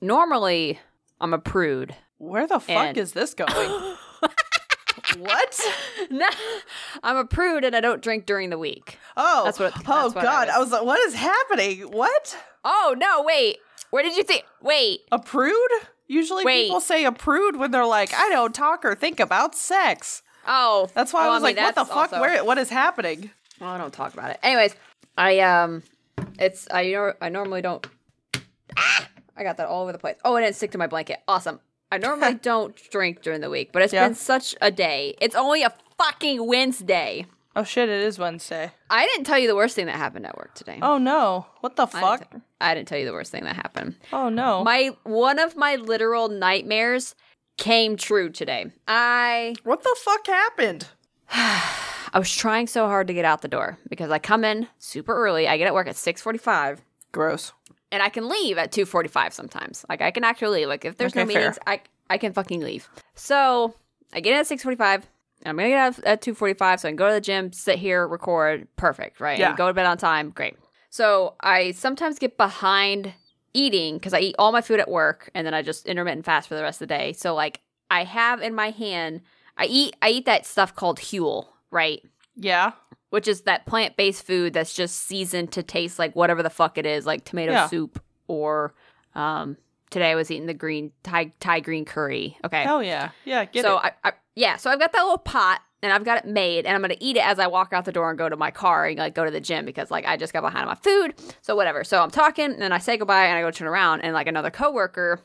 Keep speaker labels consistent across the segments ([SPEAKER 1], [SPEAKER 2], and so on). [SPEAKER 1] normally I'm a prude.
[SPEAKER 2] Where the fuck
[SPEAKER 1] And-
[SPEAKER 2] is this going? what?
[SPEAKER 1] No, I'm a prude and I don't drink during the week.
[SPEAKER 2] Oh,
[SPEAKER 1] That's what-
[SPEAKER 2] oh
[SPEAKER 1] that's what I
[SPEAKER 2] God!
[SPEAKER 1] was-
[SPEAKER 2] I was like, what is happening? What?
[SPEAKER 1] Oh no, wait. Where did you think? Wait.
[SPEAKER 2] A prude? Usually
[SPEAKER 1] Wait.
[SPEAKER 2] people say a prude when they're like, I don't talk or think about sex.
[SPEAKER 1] Oh,
[SPEAKER 2] That's why
[SPEAKER 1] Oh,
[SPEAKER 2] I was
[SPEAKER 1] mean,
[SPEAKER 2] like, what the
[SPEAKER 1] that's
[SPEAKER 2] fuck?
[SPEAKER 1] also-
[SPEAKER 2] Where? What is happening?
[SPEAKER 1] Well, I don't talk about it. Anyways, I um, it's I nor- I normally don't. Ah! I got that all over the place. Oh, it didn't stick to my blanket. Awesome. I normally don't drink during the week, but it's
[SPEAKER 2] Yeah.
[SPEAKER 1] been such a day. It's only a fucking Wednesday.
[SPEAKER 2] Oh shit! It is Wednesday.
[SPEAKER 1] I didn't tell you the worst thing that happened at work today.
[SPEAKER 2] Oh no! What the
[SPEAKER 1] I
[SPEAKER 2] fuck?
[SPEAKER 1] didn't, t- I didn't tell you the worst thing that happened.
[SPEAKER 2] Oh no!
[SPEAKER 1] My one of my literal nightmares came true today. I
[SPEAKER 2] what the fuck happened?
[SPEAKER 1] I was trying so hard to get out the door because I come in super early. I get at work at 6:45
[SPEAKER 2] Gross.
[SPEAKER 1] and I can leave at 2:45 sometimes. Like I can actually leave. like if there's no
[SPEAKER 2] Okay, fair.
[SPEAKER 1] meetings, I I can fucking leave. So, I get in at 6:45 and I'm going to get out at 2:45 so I can go to the gym, sit here, record, perfect, right?
[SPEAKER 2] Yeah.
[SPEAKER 1] And go to bed on time. Great. So, I sometimes get behind eating cuz I eat all my food at work and then I just intermittent fast for the rest of the day. So like I have in my hand I eat I eat that stuff called huel, right?
[SPEAKER 2] Yeah.
[SPEAKER 1] which is that plant based food that's just seasoned to taste like whatever the fuck it is, like tomato
[SPEAKER 2] Yeah.
[SPEAKER 1] soup or um today I was eating the green Thai Thai green curry. Okay.
[SPEAKER 2] Hell yeah. Yeah. Get
[SPEAKER 1] so
[SPEAKER 2] it.
[SPEAKER 1] I, I yeah, so I've got that little pot and I've got it made and I'm gonna eat it as I walk out the door and go to my car and like go to the gym because like I just got behind on my food. So whatever. So I'm talking and I say goodbye and I go turn around and like another coworker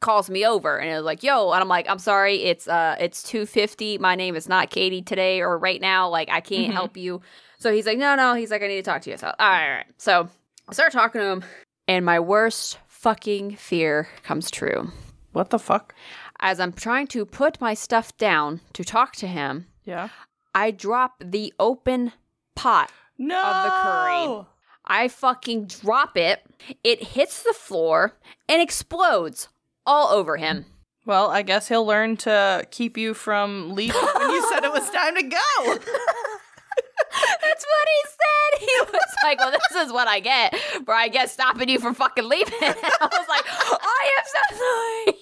[SPEAKER 1] calls me over and it was like, yo, and I'm like, I'm sorry, it's uh it's two fifty. My name is not Katie today or right now, like I can't
[SPEAKER 2] Mhm.
[SPEAKER 1] help you. So he's like, No, no, he's like, I need to talk to you. So all right, all right. So I start talking to him and my worst fucking fear comes true
[SPEAKER 2] What the fuck?
[SPEAKER 1] as I'm trying to put my stuff down to talk to him,
[SPEAKER 2] Yeah.
[SPEAKER 1] I drop the open pot.
[SPEAKER 2] No.
[SPEAKER 1] curry. I fucking drop it. It hits the floor and explodes all over him.
[SPEAKER 2] Well, I guess he'll learn to keep you from leaving when you said it was time to go.
[SPEAKER 1] That's what he said. He was like, "Well, this is what I get for I guess stopping you from fucking leaving." I was like, "I am so sorry."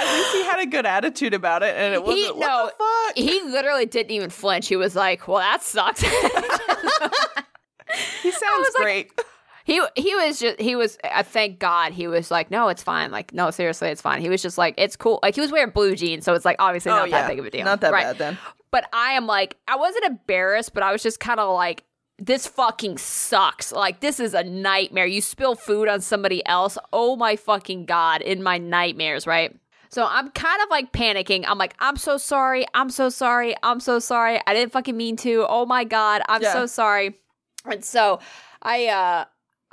[SPEAKER 2] At least he had a good attitude about it, and it wasn't.
[SPEAKER 1] He-
[SPEAKER 2] what
[SPEAKER 1] no,
[SPEAKER 2] the fuck?
[SPEAKER 1] He literally didn't even flinch. He was like, "Well, that sucks."
[SPEAKER 2] he sounds
[SPEAKER 1] like,
[SPEAKER 2] great.
[SPEAKER 1] He he was just he was I thank God he was like no it's fine like no seriously it's fine he was just like it's cool like he was wearing blue jeans so it's like obviously not that "Oh, big of a deal
[SPEAKER 2] Oh, Not that
[SPEAKER 1] Right.
[SPEAKER 2] bad then.
[SPEAKER 1] but I am like I wasn't embarrassed but I was just kind of like this fucking sucks like this is a nightmare you spill food on somebody else oh my fucking god in my nightmares right so I'm kind of like panicking I'm like I'm so sorry I'm so sorry I'm so sorry I didn't fucking mean to oh my god I'm
[SPEAKER 2] Yeah.
[SPEAKER 1] so sorry and so I uh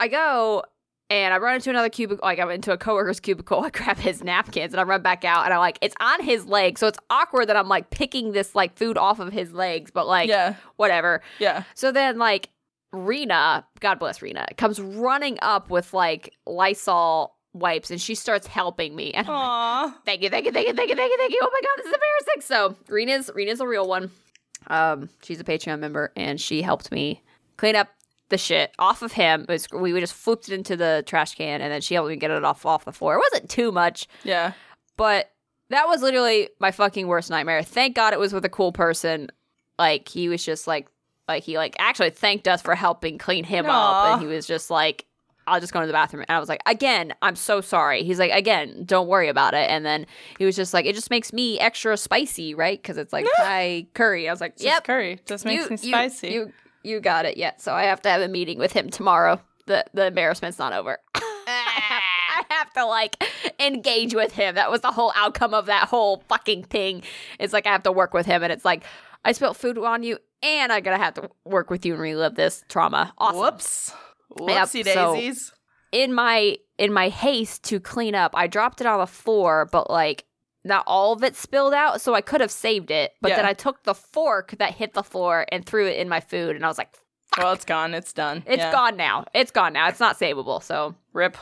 [SPEAKER 1] I go and I run into another cubicle, like I'm into a coworker's cubicle. I grab his napkins and I run back out and I'm like, it's on his leg. So it's awkward that I'm like picking this like food off of his legs, but like
[SPEAKER 2] yeah,
[SPEAKER 1] whatever.
[SPEAKER 2] yeah.
[SPEAKER 1] So then like Rena, God bless Rena, comes running up with like Lysol wipes and she starts helping me. And I'm like,
[SPEAKER 2] Aww.
[SPEAKER 1] thank you, thank you, thank you, thank you, thank you, thank you. Oh my god, this is embarrassing. So Rena's Rena's a real one. Um, she's a Patreon member, and she helped me clean up the shit off of him. It was, we we just flipped it into the trash can, and then she helped me get it off off the floor. It wasn't too much,
[SPEAKER 2] Yeah.
[SPEAKER 1] but that was literally my fucking worst nightmare. Thank God it was with a cool person. Like he was just like like he like actually thanked us for helping clean him
[SPEAKER 2] Aw.
[SPEAKER 1] up and he was just like I'll just go to the bathroom and I was like again I'm so sorry. He's like again don't worry about it and then he was just like it just makes me extra spicy, right? Cuz it's like Thai curry. I was like
[SPEAKER 2] It's
[SPEAKER 1] yep.
[SPEAKER 2] just curry. Just makes me
[SPEAKER 1] you,
[SPEAKER 2] spicy.
[SPEAKER 1] You you got it. Yeah. So I have to have a meeting with him tomorrow. The the embarrassment's not over. I, have, I have to like engage with him. That was the whole outcome of that whole fucking thing. It's like I have to work with him, and it's like I spilled food on you, and I'm gonna have to work with you and relive this trauma. Awesome.
[SPEAKER 2] Whoops.
[SPEAKER 1] Yep,
[SPEAKER 2] Whoopsie
[SPEAKER 1] so-
[SPEAKER 2] daisies.
[SPEAKER 1] In my in my haste to clean up, I dropped it on the floor, but like. Not all of it spilled out, so I could have saved it. But
[SPEAKER 2] Yeah.
[SPEAKER 1] then I took the fork that hit the floor and threw it in my food, and I was like,
[SPEAKER 2] well, it's gone. It's done.
[SPEAKER 1] It's
[SPEAKER 2] It's
[SPEAKER 1] gone now. It's gone now. It's not savable. So
[SPEAKER 2] Rip.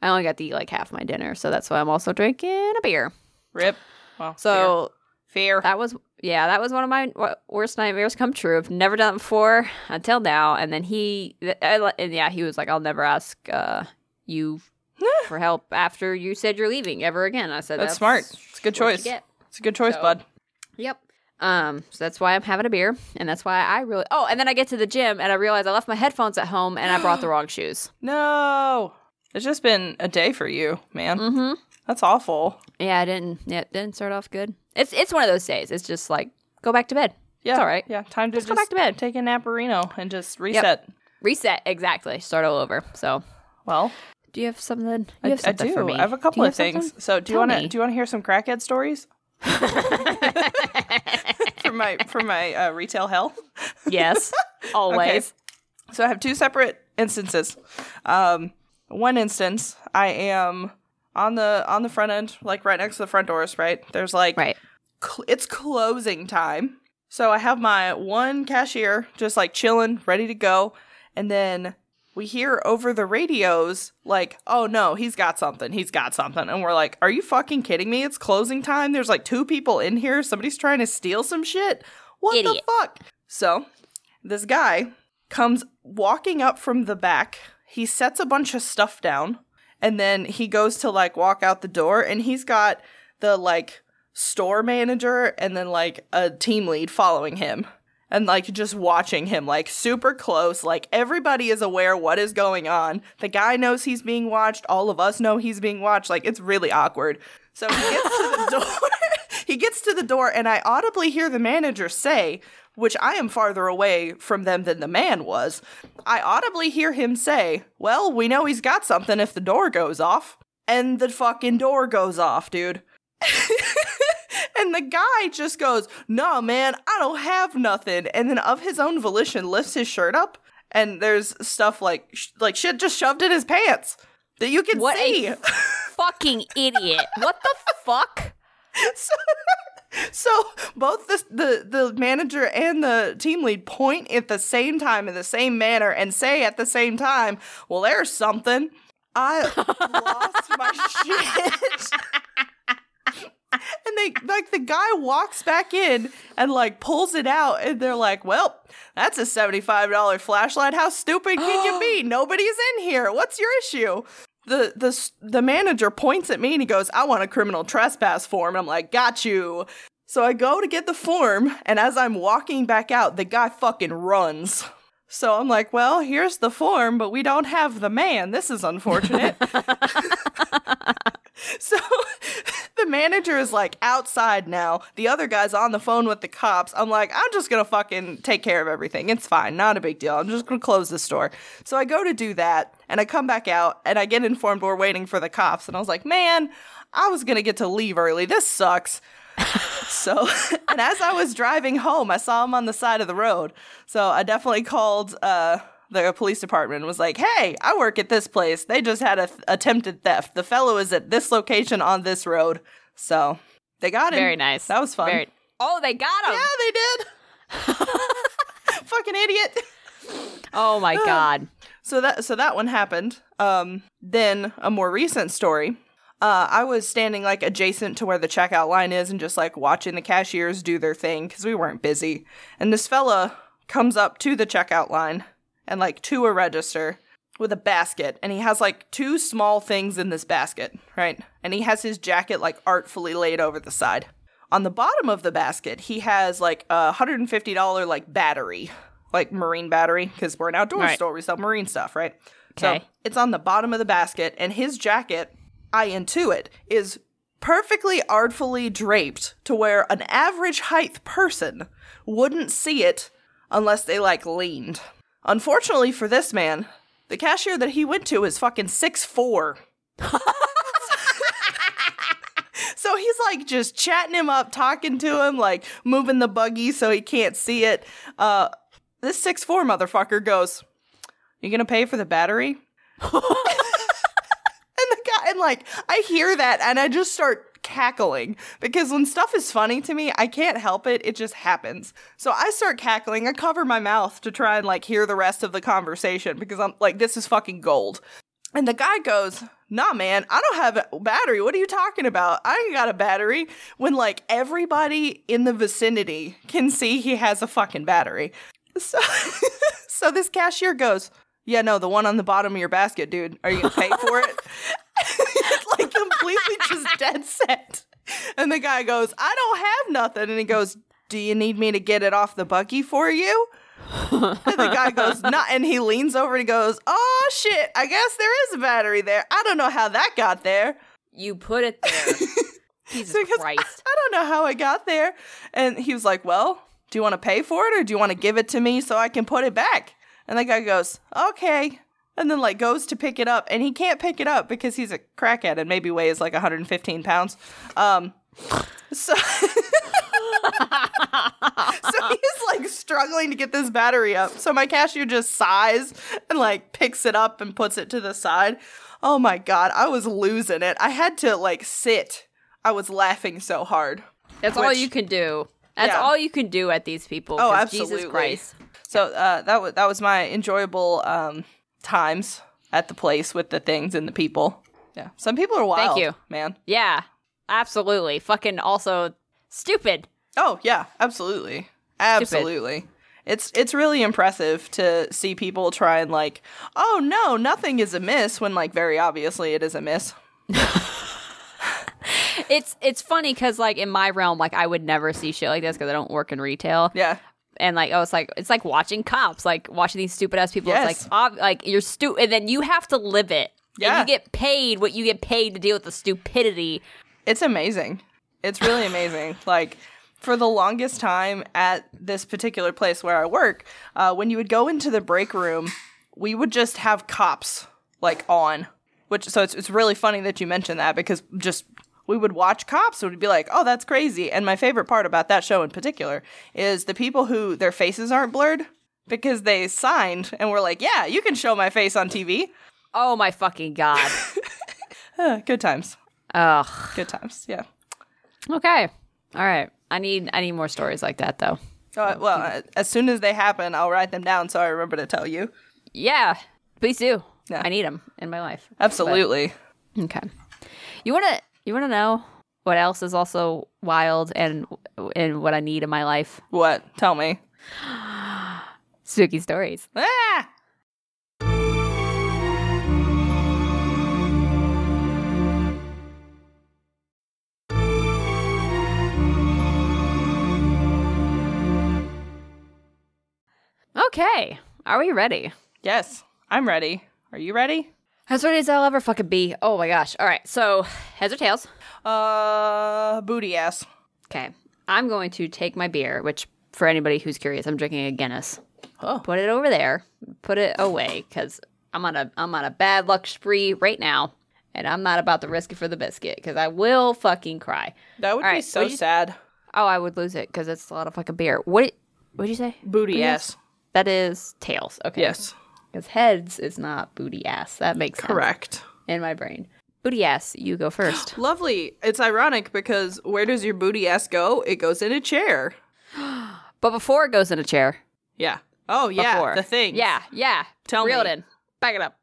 [SPEAKER 1] I only got to eat like half my dinner. So that's why I'm also drinking a beer.
[SPEAKER 2] Rip. Well,
[SPEAKER 1] So
[SPEAKER 2] fear.
[SPEAKER 1] that was, yeah, that was one of my w- worst nightmares come true. I've never done it before until now. And then he, th- I, li- and yeah, he was like, I'll never ask uh, you for help after you said you're leaving ever again. I said
[SPEAKER 2] That's smart. It's a good
[SPEAKER 1] what you
[SPEAKER 2] choice.
[SPEAKER 1] get.
[SPEAKER 2] It's a good choice,
[SPEAKER 1] So-
[SPEAKER 2] bud.
[SPEAKER 1] Yep. Um, so that's why I'm having a beer, and that's why I really. Oh, and then I get to the gym, and I realize I left my headphones at home, and I brought the wrong shoes.
[SPEAKER 2] No. It's just been a day for you, man. Mm-hmm. That's awful.
[SPEAKER 1] Yeah, I didn't. Yeah, it didn't start off good. It's it's one of those days. It's just like go back to bed.
[SPEAKER 2] Yeah.
[SPEAKER 1] It's all right.
[SPEAKER 2] Yeah. Time to
[SPEAKER 1] Just
[SPEAKER 2] just
[SPEAKER 1] go back to bed.
[SPEAKER 2] Take a naparino and just reset.
[SPEAKER 1] Reset exactly. Start all over. So,
[SPEAKER 2] Well,
[SPEAKER 1] do you have something? You
[SPEAKER 2] I,
[SPEAKER 1] have
[SPEAKER 2] I
[SPEAKER 1] something
[SPEAKER 2] do.
[SPEAKER 1] for me.
[SPEAKER 2] I have a
[SPEAKER 1] Do
[SPEAKER 2] couple
[SPEAKER 1] you
[SPEAKER 2] of things.
[SPEAKER 1] something?
[SPEAKER 2] So, do you
[SPEAKER 1] Tell
[SPEAKER 2] want to
[SPEAKER 1] me.
[SPEAKER 2] do you want to hear some crackhead stories? for my for my uh, retail hell.
[SPEAKER 1] yes, always.
[SPEAKER 2] So I have two separate instances. Um, one instance, I am on the on the front end, like right next to the front doors. Right there's like
[SPEAKER 1] Right.
[SPEAKER 2] cl- it's closing time. So I have my one cashier just like chilling, ready to go. And then we hear over the radios, like, oh no, he's got something. He's got something. And we're like, are you fucking kidding me? It's closing time. There's like two people in here. Somebody's trying to steal some shit. What
[SPEAKER 1] Idiot.
[SPEAKER 2] the fuck? So this guy comes walking up from the back. He sets a bunch of stuff down. And then he goes to like walk out the door and he's got the like store manager and then like a team lead following him and like just watching him like super close like everybody is aware what is going on the guy knows he's being watched all of us know he's being watched like it's really awkward so he gets to the door he gets to the door and i audibly hear the manager say which i am farther away from them than the man was i audibly hear him say well we know he's got something if the door goes off and the fucking door goes off dude and the guy just goes, No, man, I don't have nothing. And then, of his own volition, lifts his shirt up, and there's stuff like, sh- like shit just shoved in his pants that you can
[SPEAKER 1] What
[SPEAKER 2] see.
[SPEAKER 1] a fucking idiot! What the fuck?
[SPEAKER 2] so both the, the the manager and the team lead point at the same time in the same manner and say at the same time, "Well, there's something." I lost my shit. and they like the guy walks back in and like pulls it out and they're like, "Well, that's a $75 flashlight. How stupid can you be? Nobody's in here. What's your issue?" the the s- the manager points at me and he goes, "I want a criminal trespass form." And I'm like, "Got you." So I go to get the form, and as I'm walking back out, the guy fucking runs. So I'm like, "Well, here's the form, but we don't have the man. This is unfortunate." so the manager is like outside now. The other guy's on the phone with the cops. I'm like, I'm just gonna fucking take care of everything. It's fine, not a big deal. I'm just gonna close the store. So I go to do that, and I come back out, and I get informed we're waiting for the cops. And I was like, man, I was gonna get to leave early. This sucks. So, and as I was driving home, I saw him on the side of the road. So I definitely called uh, the police department and was like, hey, I work at this place. They just had a th- attempted theft. The fellow is at this location on this road. So they got him.
[SPEAKER 1] Very nice.
[SPEAKER 2] That was fun.
[SPEAKER 1] Very- oh, they got him.
[SPEAKER 2] Yeah, they did. Fucking idiot.
[SPEAKER 1] Oh my god.
[SPEAKER 2] So that so that one happened. Um, then a more recent story. Uh, I was standing like adjacent to where the checkout line is and just like watching the cashiers do their thing because we weren't busy. And this fella comes up to the checkout line and like to a register with a basket and he has like two small things in this basket, right? And he has his jacket like artfully laid over the side. On the bottom of the basket, he has like a $150 like battery, like marine battery because we're an outdoor
[SPEAKER 1] Right.
[SPEAKER 2] store, we sell marine stuff, right? So
[SPEAKER 1] Okay.
[SPEAKER 2] it's on the bottom of the basket, and his jacket, I intuit, is perfectly artfully draped to where an average height person wouldn't see it unless they like leaned. Unfortunately for this man, the cashier that he went to is fucking 6'4. So he's like just chatting him up, talking to him, like moving the buggy so he can't see it. Uh, this 6'4 motherfucker goes, You gonna pay for the battery? and the guy, and like, I hear that and I just start cackling because when stuff is funny to me, I can't help it. It just happens. So I start cackling. I cover my mouth to try and like hear the rest of the conversation because I'm like, This is fucking gold. And the guy goes, Nah, man, I don't have a battery. What are you talking about? I ain't got a battery. When like everybody in the vicinity can see he has a fucking battery. So, so this cashier goes, Yeah, no, the one on the bottom of your basket, dude. Are you gonna pay for it? He's like completely just dead set. And the guy goes, I don't have nothing. And he goes, Do you need me to get it off the buggy for you? And the guy goes, Not. And he leans over and he goes, Oh shit, I guess there is a battery there. I don't know how that got there.
[SPEAKER 1] You put it there. Jesus
[SPEAKER 2] So he goes,
[SPEAKER 1] Christ.
[SPEAKER 2] I don't know how it got there. And he was like, Well, do you want to pay for it or do you want to give it to me so I can put it back? And the guy goes, Okay. And then like goes to pick it up and he can't pick it up because he's a crackhead and maybe weighs like 115 pounds. Um so So he's like struggling to get this battery up. So my cashier just sighs and like picks it up and puts it to the side. Oh my god, I was losing it. I had to like sit. I was laughing so hard.
[SPEAKER 1] That's all
[SPEAKER 2] which-
[SPEAKER 1] you can do. That's
[SPEAKER 2] Yeah.
[SPEAKER 1] all you can do at these people.
[SPEAKER 2] Oh,
[SPEAKER 1] 'cause
[SPEAKER 2] absolutely.
[SPEAKER 1] Jesus Christ.
[SPEAKER 2] So uh, that was that was my enjoyable um, times at the place with the things and the people. Yeah, some people are wild.
[SPEAKER 1] you.
[SPEAKER 2] man.
[SPEAKER 1] Yeah, absolutely. Fucking also stupid.
[SPEAKER 2] Oh yeah, absolutely, absolutely. It's it's really impressive to see people try and like, oh no, nothing is amiss when like very obviously it is amiss.
[SPEAKER 1] It's it's funny because like in my realm, like I would never see shit like this because I don't work in retail.
[SPEAKER 2] Yeah,
[SPEAKER 1] and like oh it's like it's like watching cops like watching these stupid ass people
[SPEAKER 2] Yes.
[SPEAKER 1] it's like ob- like you're stu and then you have to live it
[SPEAKER 2] Yeah.
[SPEAKER 1] and you get paid what you get paid to deal with the stupidity
[SPEAKER 2] it's amazing. It's really amazing. like for the longest time at this particular place where I work, uh, when you would go into the break room, we would just have cops like on. Which so it's it's really funny that you mentioned that because just we would watch cops and we'd be like, oh, that's crazy. And my favorite part about that show in particular is the people who their faces aren't blurred because they signed and were like, yeah, you can show my face on TV.
[SPEAKER 1] oh my fucking god
[SPEAKER 2] Uh, good times.
[SPEAKER 1] ugh
[SPEAKER 2] Good times. Yeah.
[SPEAKER 1] okay all right i need i need more stories like that though
[SPEAKER 2] So, uh, well, uh, as soon as they happen, I'll write them down so I remember to tell you.
[SPEAKER 1] yeah please do
[SPEAKER 2] Yeah.
[SPEAKER 1] i need them in my life
[SPEAKER 2] Absolutely.
[SPEAKER 1] okay you want to you want to know what else is also wild and and what i need in my life
[SPEAKER 2] what? Tell me.
[SPEAKER 1] spooky stories
[SPEAKER 2] Ah!
[SPEAKER 1] okay are we ready
[SPEAKER 2] Yes, I'm ready. Are you ready?
[SPEAKER 1] As ready as I'll ever fucking be. Oh my gosh. All right. So, heads or tails?
[SPEAKER 2] Uh, booty ass.
[SPEAKER 1] Okay. I'm going to take my beer, which for anybody who's curious, I'm drinking a Guinness.
[SPEAKER 2] Oh.
[SPEAKER 1] Put it over there. Put it away cuz I'm on a I'm on a bad luck spree right now, and I'm not about to risk it for the biscuit cuz I will fucking cry.
[SPEAKER 2] That would
[SPEAKER 1] All
[SPEAKER 2] be
[SPEAKER 1] right,
[SPEAKER 2] so
[SPEAKER 1] would you-
[SPEAKER 2] sad.
[SPEAKER 1] Oh, I would lose it cuz it's a lot of fucking beer. What what'd you say?
[SPEAKER 2] Booty, ass.
[SPEAKER 1] That is tails. Okay.
[SPEAKER 2] Yes.
[SPEAKER 1] Cuz heads is not booty ass. That makes sense
[SPEAKER 2] Correct.
[SPEAKER 1] in my brain. Booty ass, you go first.
[SPEAKER 2] Lovely. It's ironic because where does your booty ass go? It goes in a chair.
[SPEAKER 1] but before it goes in a chair,
[SPEAKER 2] Yeah. Oh, yeah.
[SPEAKER 1] before.
[SPEAKER 2] The thing.
[SPEAKER 1] Yeah, yeah.
[SPEAKER 2] Tell
[SPEAKER 1] Reel
[SPEAKER 2] me.
[SPEAKER 1] it in. Back it up.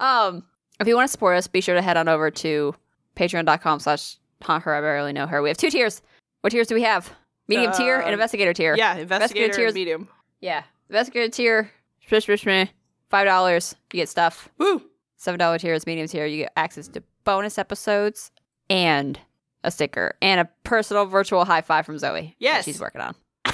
[SPEAKER 1] um, if you want to support us, be sure to head on over to patreon.com slash haunt her. I barely know her. We have two tiers. What tiers do we have? Medium tier and
[SPEAKER 2] Um,
[SPEAKER 1] investigator tier.
[SPEAKER 2] Yeah. Investigator
[SPEAKER 1] tears.
[SPEAKER 2] and medium.
[SPEAKER 1] Yeah. Investigator tier, swish, swish, meh, five dollars, you get stuff.
[SPEAKER 2] Woo.
[SPEAKER 1] Seven dollar tier is medium tier, you get access to bonus episodes and a sticker and a personal virtual high five from Zoe. that
[SPEAKER 2] Yes.
[SPEAKER 1] she's working on.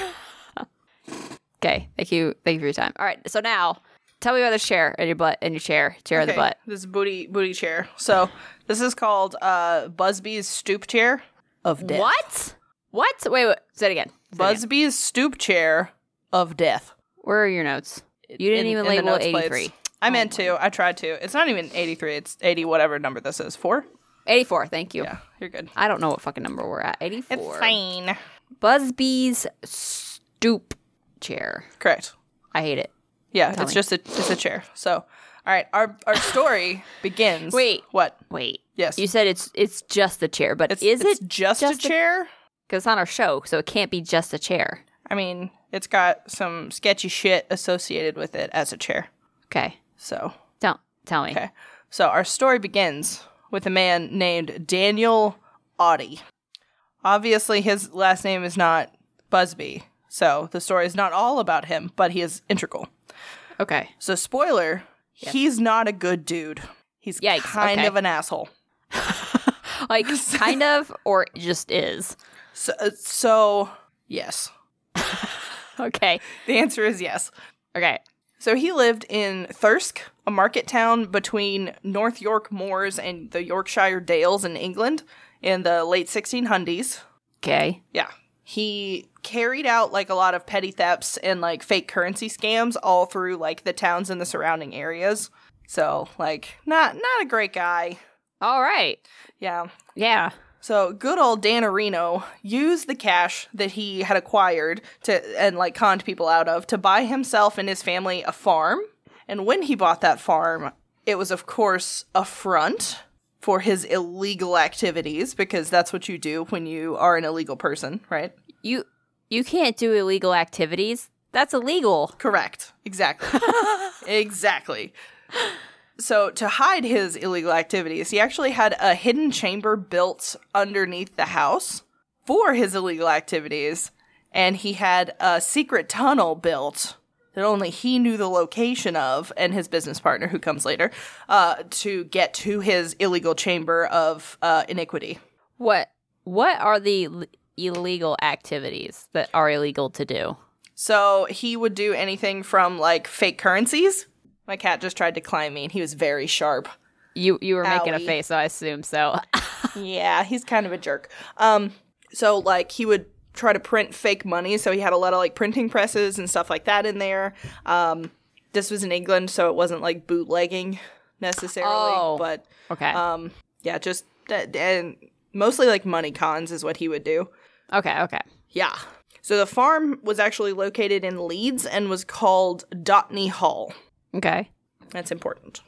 [SPEAKER 1] okay, thank you, thank you for your time. All right, so now tell me about this chair and your butt and your chair, chair of the
[SPEAKER 2] Okay,
[SPEAKER 1] butt.
[SPEAKER 2] This is booty booty chair. So this is called uh Busby's stoop chair of
[SPEAKER 1] What? What? Wait, wait, say it again. Say it again.
[SPEAKER 2] Busby's stoop chair of death.
[SPEAKER 1] Where are your notes? You didn't
[SPEAKER 2] In-
[SPEAKER 1] even
[SPEAKER 2] in the
[SPEAKER 1] label Oh
[SPEAKER 2] notes
[SPEAKER 1] eighty
[SPEAKER 2] plates.
[SPEAKER 1] three.
[SPEAKER 2] I meant to. I tried to. It's not even 83. It's 80 whatever number this is. 4?
[SPEAKER 1] Eighty four, thank you.
[SPEAKER 2] Yeah, you're good.
[SPEAKER 1] I don't know what fucking number we're at. Eighty four.
[SPEAKER 2] fine.
[SPEAKER 1] Busby's stoop chair.
[SPEAKER 2] Correct.
[SPEAKER 1] I hate it.
[SPEAKER 2] Yeah,
[SPEAKER 1] Tell
[SPEAKER 2] it's
[SPEAKER 1] me.
[SPEAKER 2] just a it's a chair. So, all right, our our story begins.
[SPEAKER 1] Wait.
[SPEAKER 2] What?
[SPEAKER 1] Wait.
[SPEAKER 2] Yes.
[SPEAKER 1] You said it's it's just the chair, but
[SPEAKER 2] It's,
[SPEAKER 1] is
[SPEAKER 2] it's
[SPEAKER 1] it
[SPEAKER 2] just,
[SPEAKER 1] just
[SPEAKER 2] a
[SPEAKER 1] a-
[SPEAKER 2] chair?
[SPEAKER 1] Because it's on our show, so it can't be just a chair.
[SPEAKER 2] I mean, it's got some sketchy shit associated with it as a chair.
[SPEAKER 1] Okay.
[SPEAKER 2] So,
[SPEAKER 1] Tell tell me.
[SPEAKER 2] Okay. So our story begins with a man named Daniel Audie. Obviously, his last name is not Busby, so the story is not all about him, but he is integral.
[SPEAKER 1] Okay.
[SPEAKER 2] So, spoiler, he's not a good dude. He's
[SPEAKER 1] Yikes,
[SPEAKER 2] kind
[SPEAKER 1] okay.
[SPEAKER 2] of an asshole.
[SPEAKER 1] like kind of or just is.
[SPEAKER 2] So, uh, so yes,
[SPEAKER 1] Okay.
[SPEAKER 2] the answer is yes.
[SPEAKER 1] Okay.
[SPEAKER 2] So he lived in Thirsk, a market town between North York moors and the Yorkshire Dales in England in the late 1600s.
[SPEAKER 1] Okay.
[SPEAKER 2] Yeah. He carried out like a lot of petty thefts and like fake currency scams all through like the towns in the surrounding areas. So, like not not a great guy.
[SPEAKER 1] All right.
[SPEAKER 2] Yeah.
[SPEAKER 1] Yeah.
[SPEAKER 2] So good old Dan Arino used the cash that he had acquired to and like conned people out of to buy himself and his family a farm. And when he bought that farm, it was of course a front for his illegal activities because that's what you do when you are an illegal person, right?
[SPEAKER 1] You you can't do illegal activities. That's illegal.
[SPEAKER 2] Correct. Exactly. exactly. So, to hide his illegal activities, he actually had a hidden chamber built underneath the house for his illegal activities, and he had a secret tunnel built that only he knew the location of, and his business partner, who comes later, uh, to get to his illegal chamber of uh, iniquity.
[SPEAKER 1] What what are the l- illegal activities that are illegal to do?
[SPEAKER 2] So he would do anything from like fake currencies. My cat just tried to climb me and he was very sharp.
[SPEAKER 1] You you were making a
[SPEAKER 2] Owie.
[SPEAKER 1] face, so I assume so.
[SPEAKER 2] yeah, he's kind of a jerk. Um so like he would try to print fake money, so he had a lot of like printing presses and stuff like that in there. Um this was in England, so it wasn't like bootlegging necessarily,
[SPEAKER 1] Oh.
[SPEAKER 2] but
[SPEAKER 1] okay.
[SPEAKER 2] um yeah, just that and mostly like money cons is what he would do.
[SPEAKER 1] okay. Okay.
[SPEAKER 2] Yeah. So the farm was actually located in Leeds and was called Dotney Hall.
[SPEAKER 1] Okay.
[SPEAKER 2] That's important.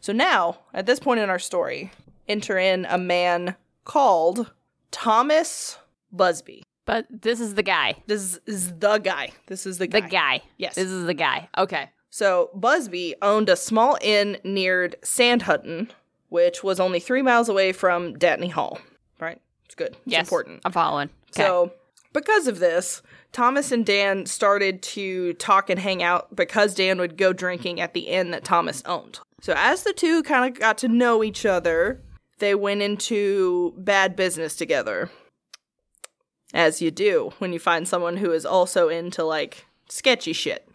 [SPEAKER 2] So now, at this point in our story, enter in a man called Thomas Busby.
[SPEAKER 1] But this is the guy.
[SPEAKER 2] This is the guy. This is the guy.
[SPEAKER 1] The guy.
[SPEAKER 2] Yes.
[SPEAKER 1] This is the guy. Okay.
[SPEAKER 2] So Busby owned a small inn near Sandhutton, which was only three miles away from Datney Hall. Right? It's good. It's
[SPEAKER 1] Yes.
[SPEAKER 2] important.
[SPEAKER 1] I'm following. Okay.
[SPEAKER 2] So, because of this, Thomas and Dan started to talk and hang out because Dan would go drinking at the inn that Thomas owned. So, as the two kind of got to know each other, they went into bad business together. As you do when you find someone who is also into like sketchy shit.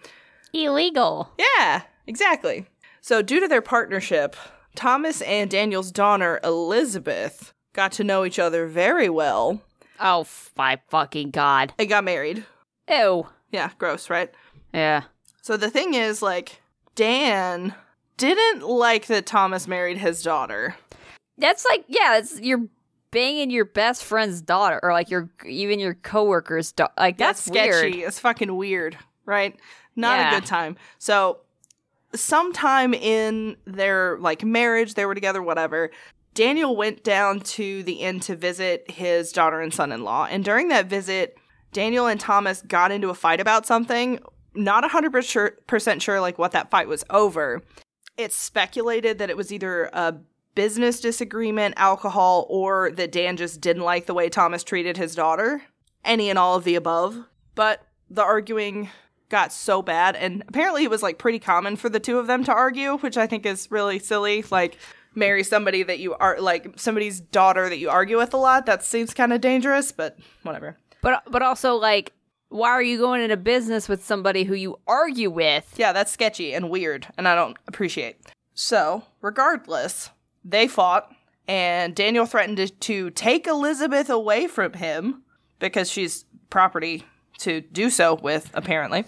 [SPEAKER 1] illegal.
[SPEAKER 2] Yeah, exactly. So, due to their partnership, Thomas and Daniel's daughter, Elizabeth, got to know each other very well
[SPEAKER 1] Oh f- my fucking god.
[SPEAKER 2] and got married.
[SPEAKER 1] Ew.
[SPEAKER 2] Yeah, gross, right?
[SPEAKER 1] Yeah.
[SPEAKER 2] So the thing is, like, Dan didn't like that Thomas married his daughter.
[SPEAKER 1] That's like yeah. It's you're banging your best friend's daughter, or like your even your coworker's daughter. Like that's,
[SPEAKER 2] sketchy.
[SPEAKER 1] weird.
[SPEAKER 2] It's fucking weird, right? Not
[SPEAKER 1] Yeah.
[SPEAKER 2] a good time. So sometime in their like marriage, they were together, whatever. Daniel went down to the inn to visit his daughter and son-in-law, and during that visit, Daniel and Thomas got into a fight about something. Not 100% sure like what that fight was over. It's speculated that it was either a business disagreement, alcohol, or that Dan just didn't like the way Thomas treated his daughter. Any and all of the above. But the arguing got so bad, and apparently it was like pretty common for the two of them to argue, which I think is really silly. Like, marry somebody that you are like somebody's daughter that you argue with a lot. That seems kind of dangerous, but whatever.
[SPEAKER 1] But but also like, why are you going into business with somebody who you argue with?
[SPEAKER 2] Yeah, that's sketchy and weird, and I don't appreciate. So, regardless, they fought, and Daniel threatened to, to take Elizabeth away from him because she's property to do so with, apparently.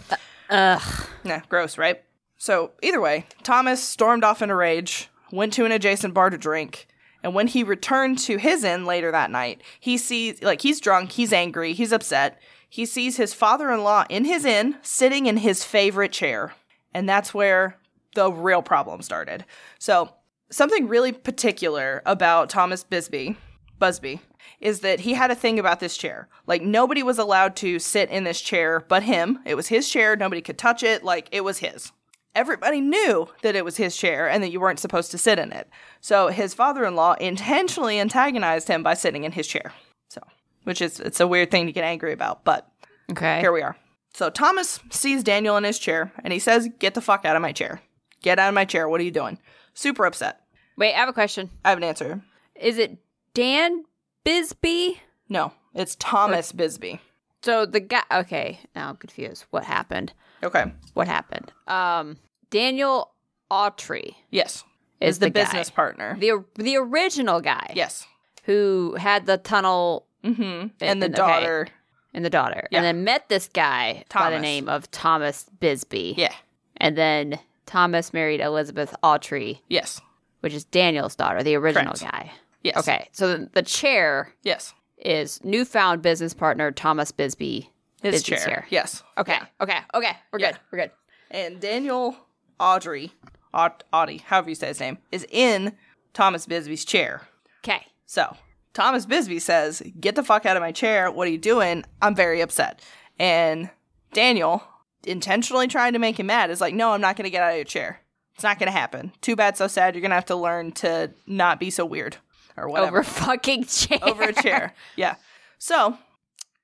[SPEAKER 1] Ugh.
[SPEAKER 2] Nah, gross, right? So, either way, Thomas stormed off in a rage, went to an adjacent bar to drink, and when he returned to his inn later that night, he sees, like, he's drunk, he's angry, he's upset. He sees his father in law in his inn, sitting in his favorite chair. And that's where the real problem started. So, something really particular about Thomas Bisbee, Busby, is that he had a thing about this chair. Like nobody was allowed to sit in this chair but him. It was his chair, nobody could touch it, like it was his. Everybody knew that it was his chair and that you weren't supposed to sit in it. So his father-in-law intentionally antagonized him by sitting in his chair. So, which is it's a weird thing to get angry about, but
[SPEAKER 1] Okay.
[SPEAKER 2] here we are. So Thomas sees Daniel in his chair and he says, Get the fuck out of my chair. Get out of my chair. What are you doing? Super upset.
[SPEAKER 1] Wait, I have a question.
[SPEAKER 2] I have an answer.
[SPEAKER 1] Is it Dan Bisbee?
[SPEAKER 2] No, it's Thomas Bisbee.
[SPEAKER 1] So the guy. Okay, now I'm confused. What happened?
[SPEAKER 2] Okay.
[SPEAKER 1] What happened? Um, Daniel Autry
[SPEAKER 2] Yes.
[SPEAKER 1] is the, guy.
[SPEAKER 2] business partner.
[SPEAKER 1] the the original guy
[SPEAKER 2] yes.
[SPEAKER 1] who had the tunnel
[SPEAKER 2] Mm-hmm. And,
[SPEAKER 1] and-
[SPEAKER 2] the
[SPEAKER 1] okay.
[SPEAKER 2] daughter.
[SPEAKER 1] and the daughter,
[SPEAKER 2] Yeah.
[SPEAKER 1] and then met this guy by the
[SPEAKER 2] Thomas.
[SPEAKER 1] name of Thomas Bisbee.
[SPEAKER 2] Yeah.
[SPEAKER 1] and then Thomas married Elizabeth Autry,
[SPEAKER 2] Yes.
[SPEAKER 1] which is Daniel's daughter, the original
[SPEAKER 2] Correct.
[SPEAKER 1] guy.
[SPEAKER 2] Yes.
[SPEAKER 1] Okay, so the, the chair
[SPEAKER 2] Yes.
[SPEAKER 1] is newfound business partner Thomas Bisbee.
[SPEAKER 2] His
[SPEAKER 1] Bisbee's
[SPEAKER 2] chair.
[SPEAKER 1] here.
[SPEAKER 2] Yes.
[SPEAKER 1] Okay, okay, okay. We're
[SPEAKER 2] Yeah.
[SPEAKER 1] good. We're good.
[SPEAKER 2] And Daniel Audrey, Aud- Audie, however you say his name, is in Thomas Bisbee's chair.
[SPEAKER 1] Okay.
[SPEAKER 2] So Thomas Bisbee says, Get the fuck out of my chair. What are you doing? I'm very upset. And Daniel, intentionally trying to make him mad, is like, No, I'm not going to get out of your chair. It's not going to happen. Too bad, so sad. You're going to have to learn to not be so weird or whatever.
[SPEAKER 1] Over fucking chair.
[SPEAKER 2] Over a chair. Yeah. So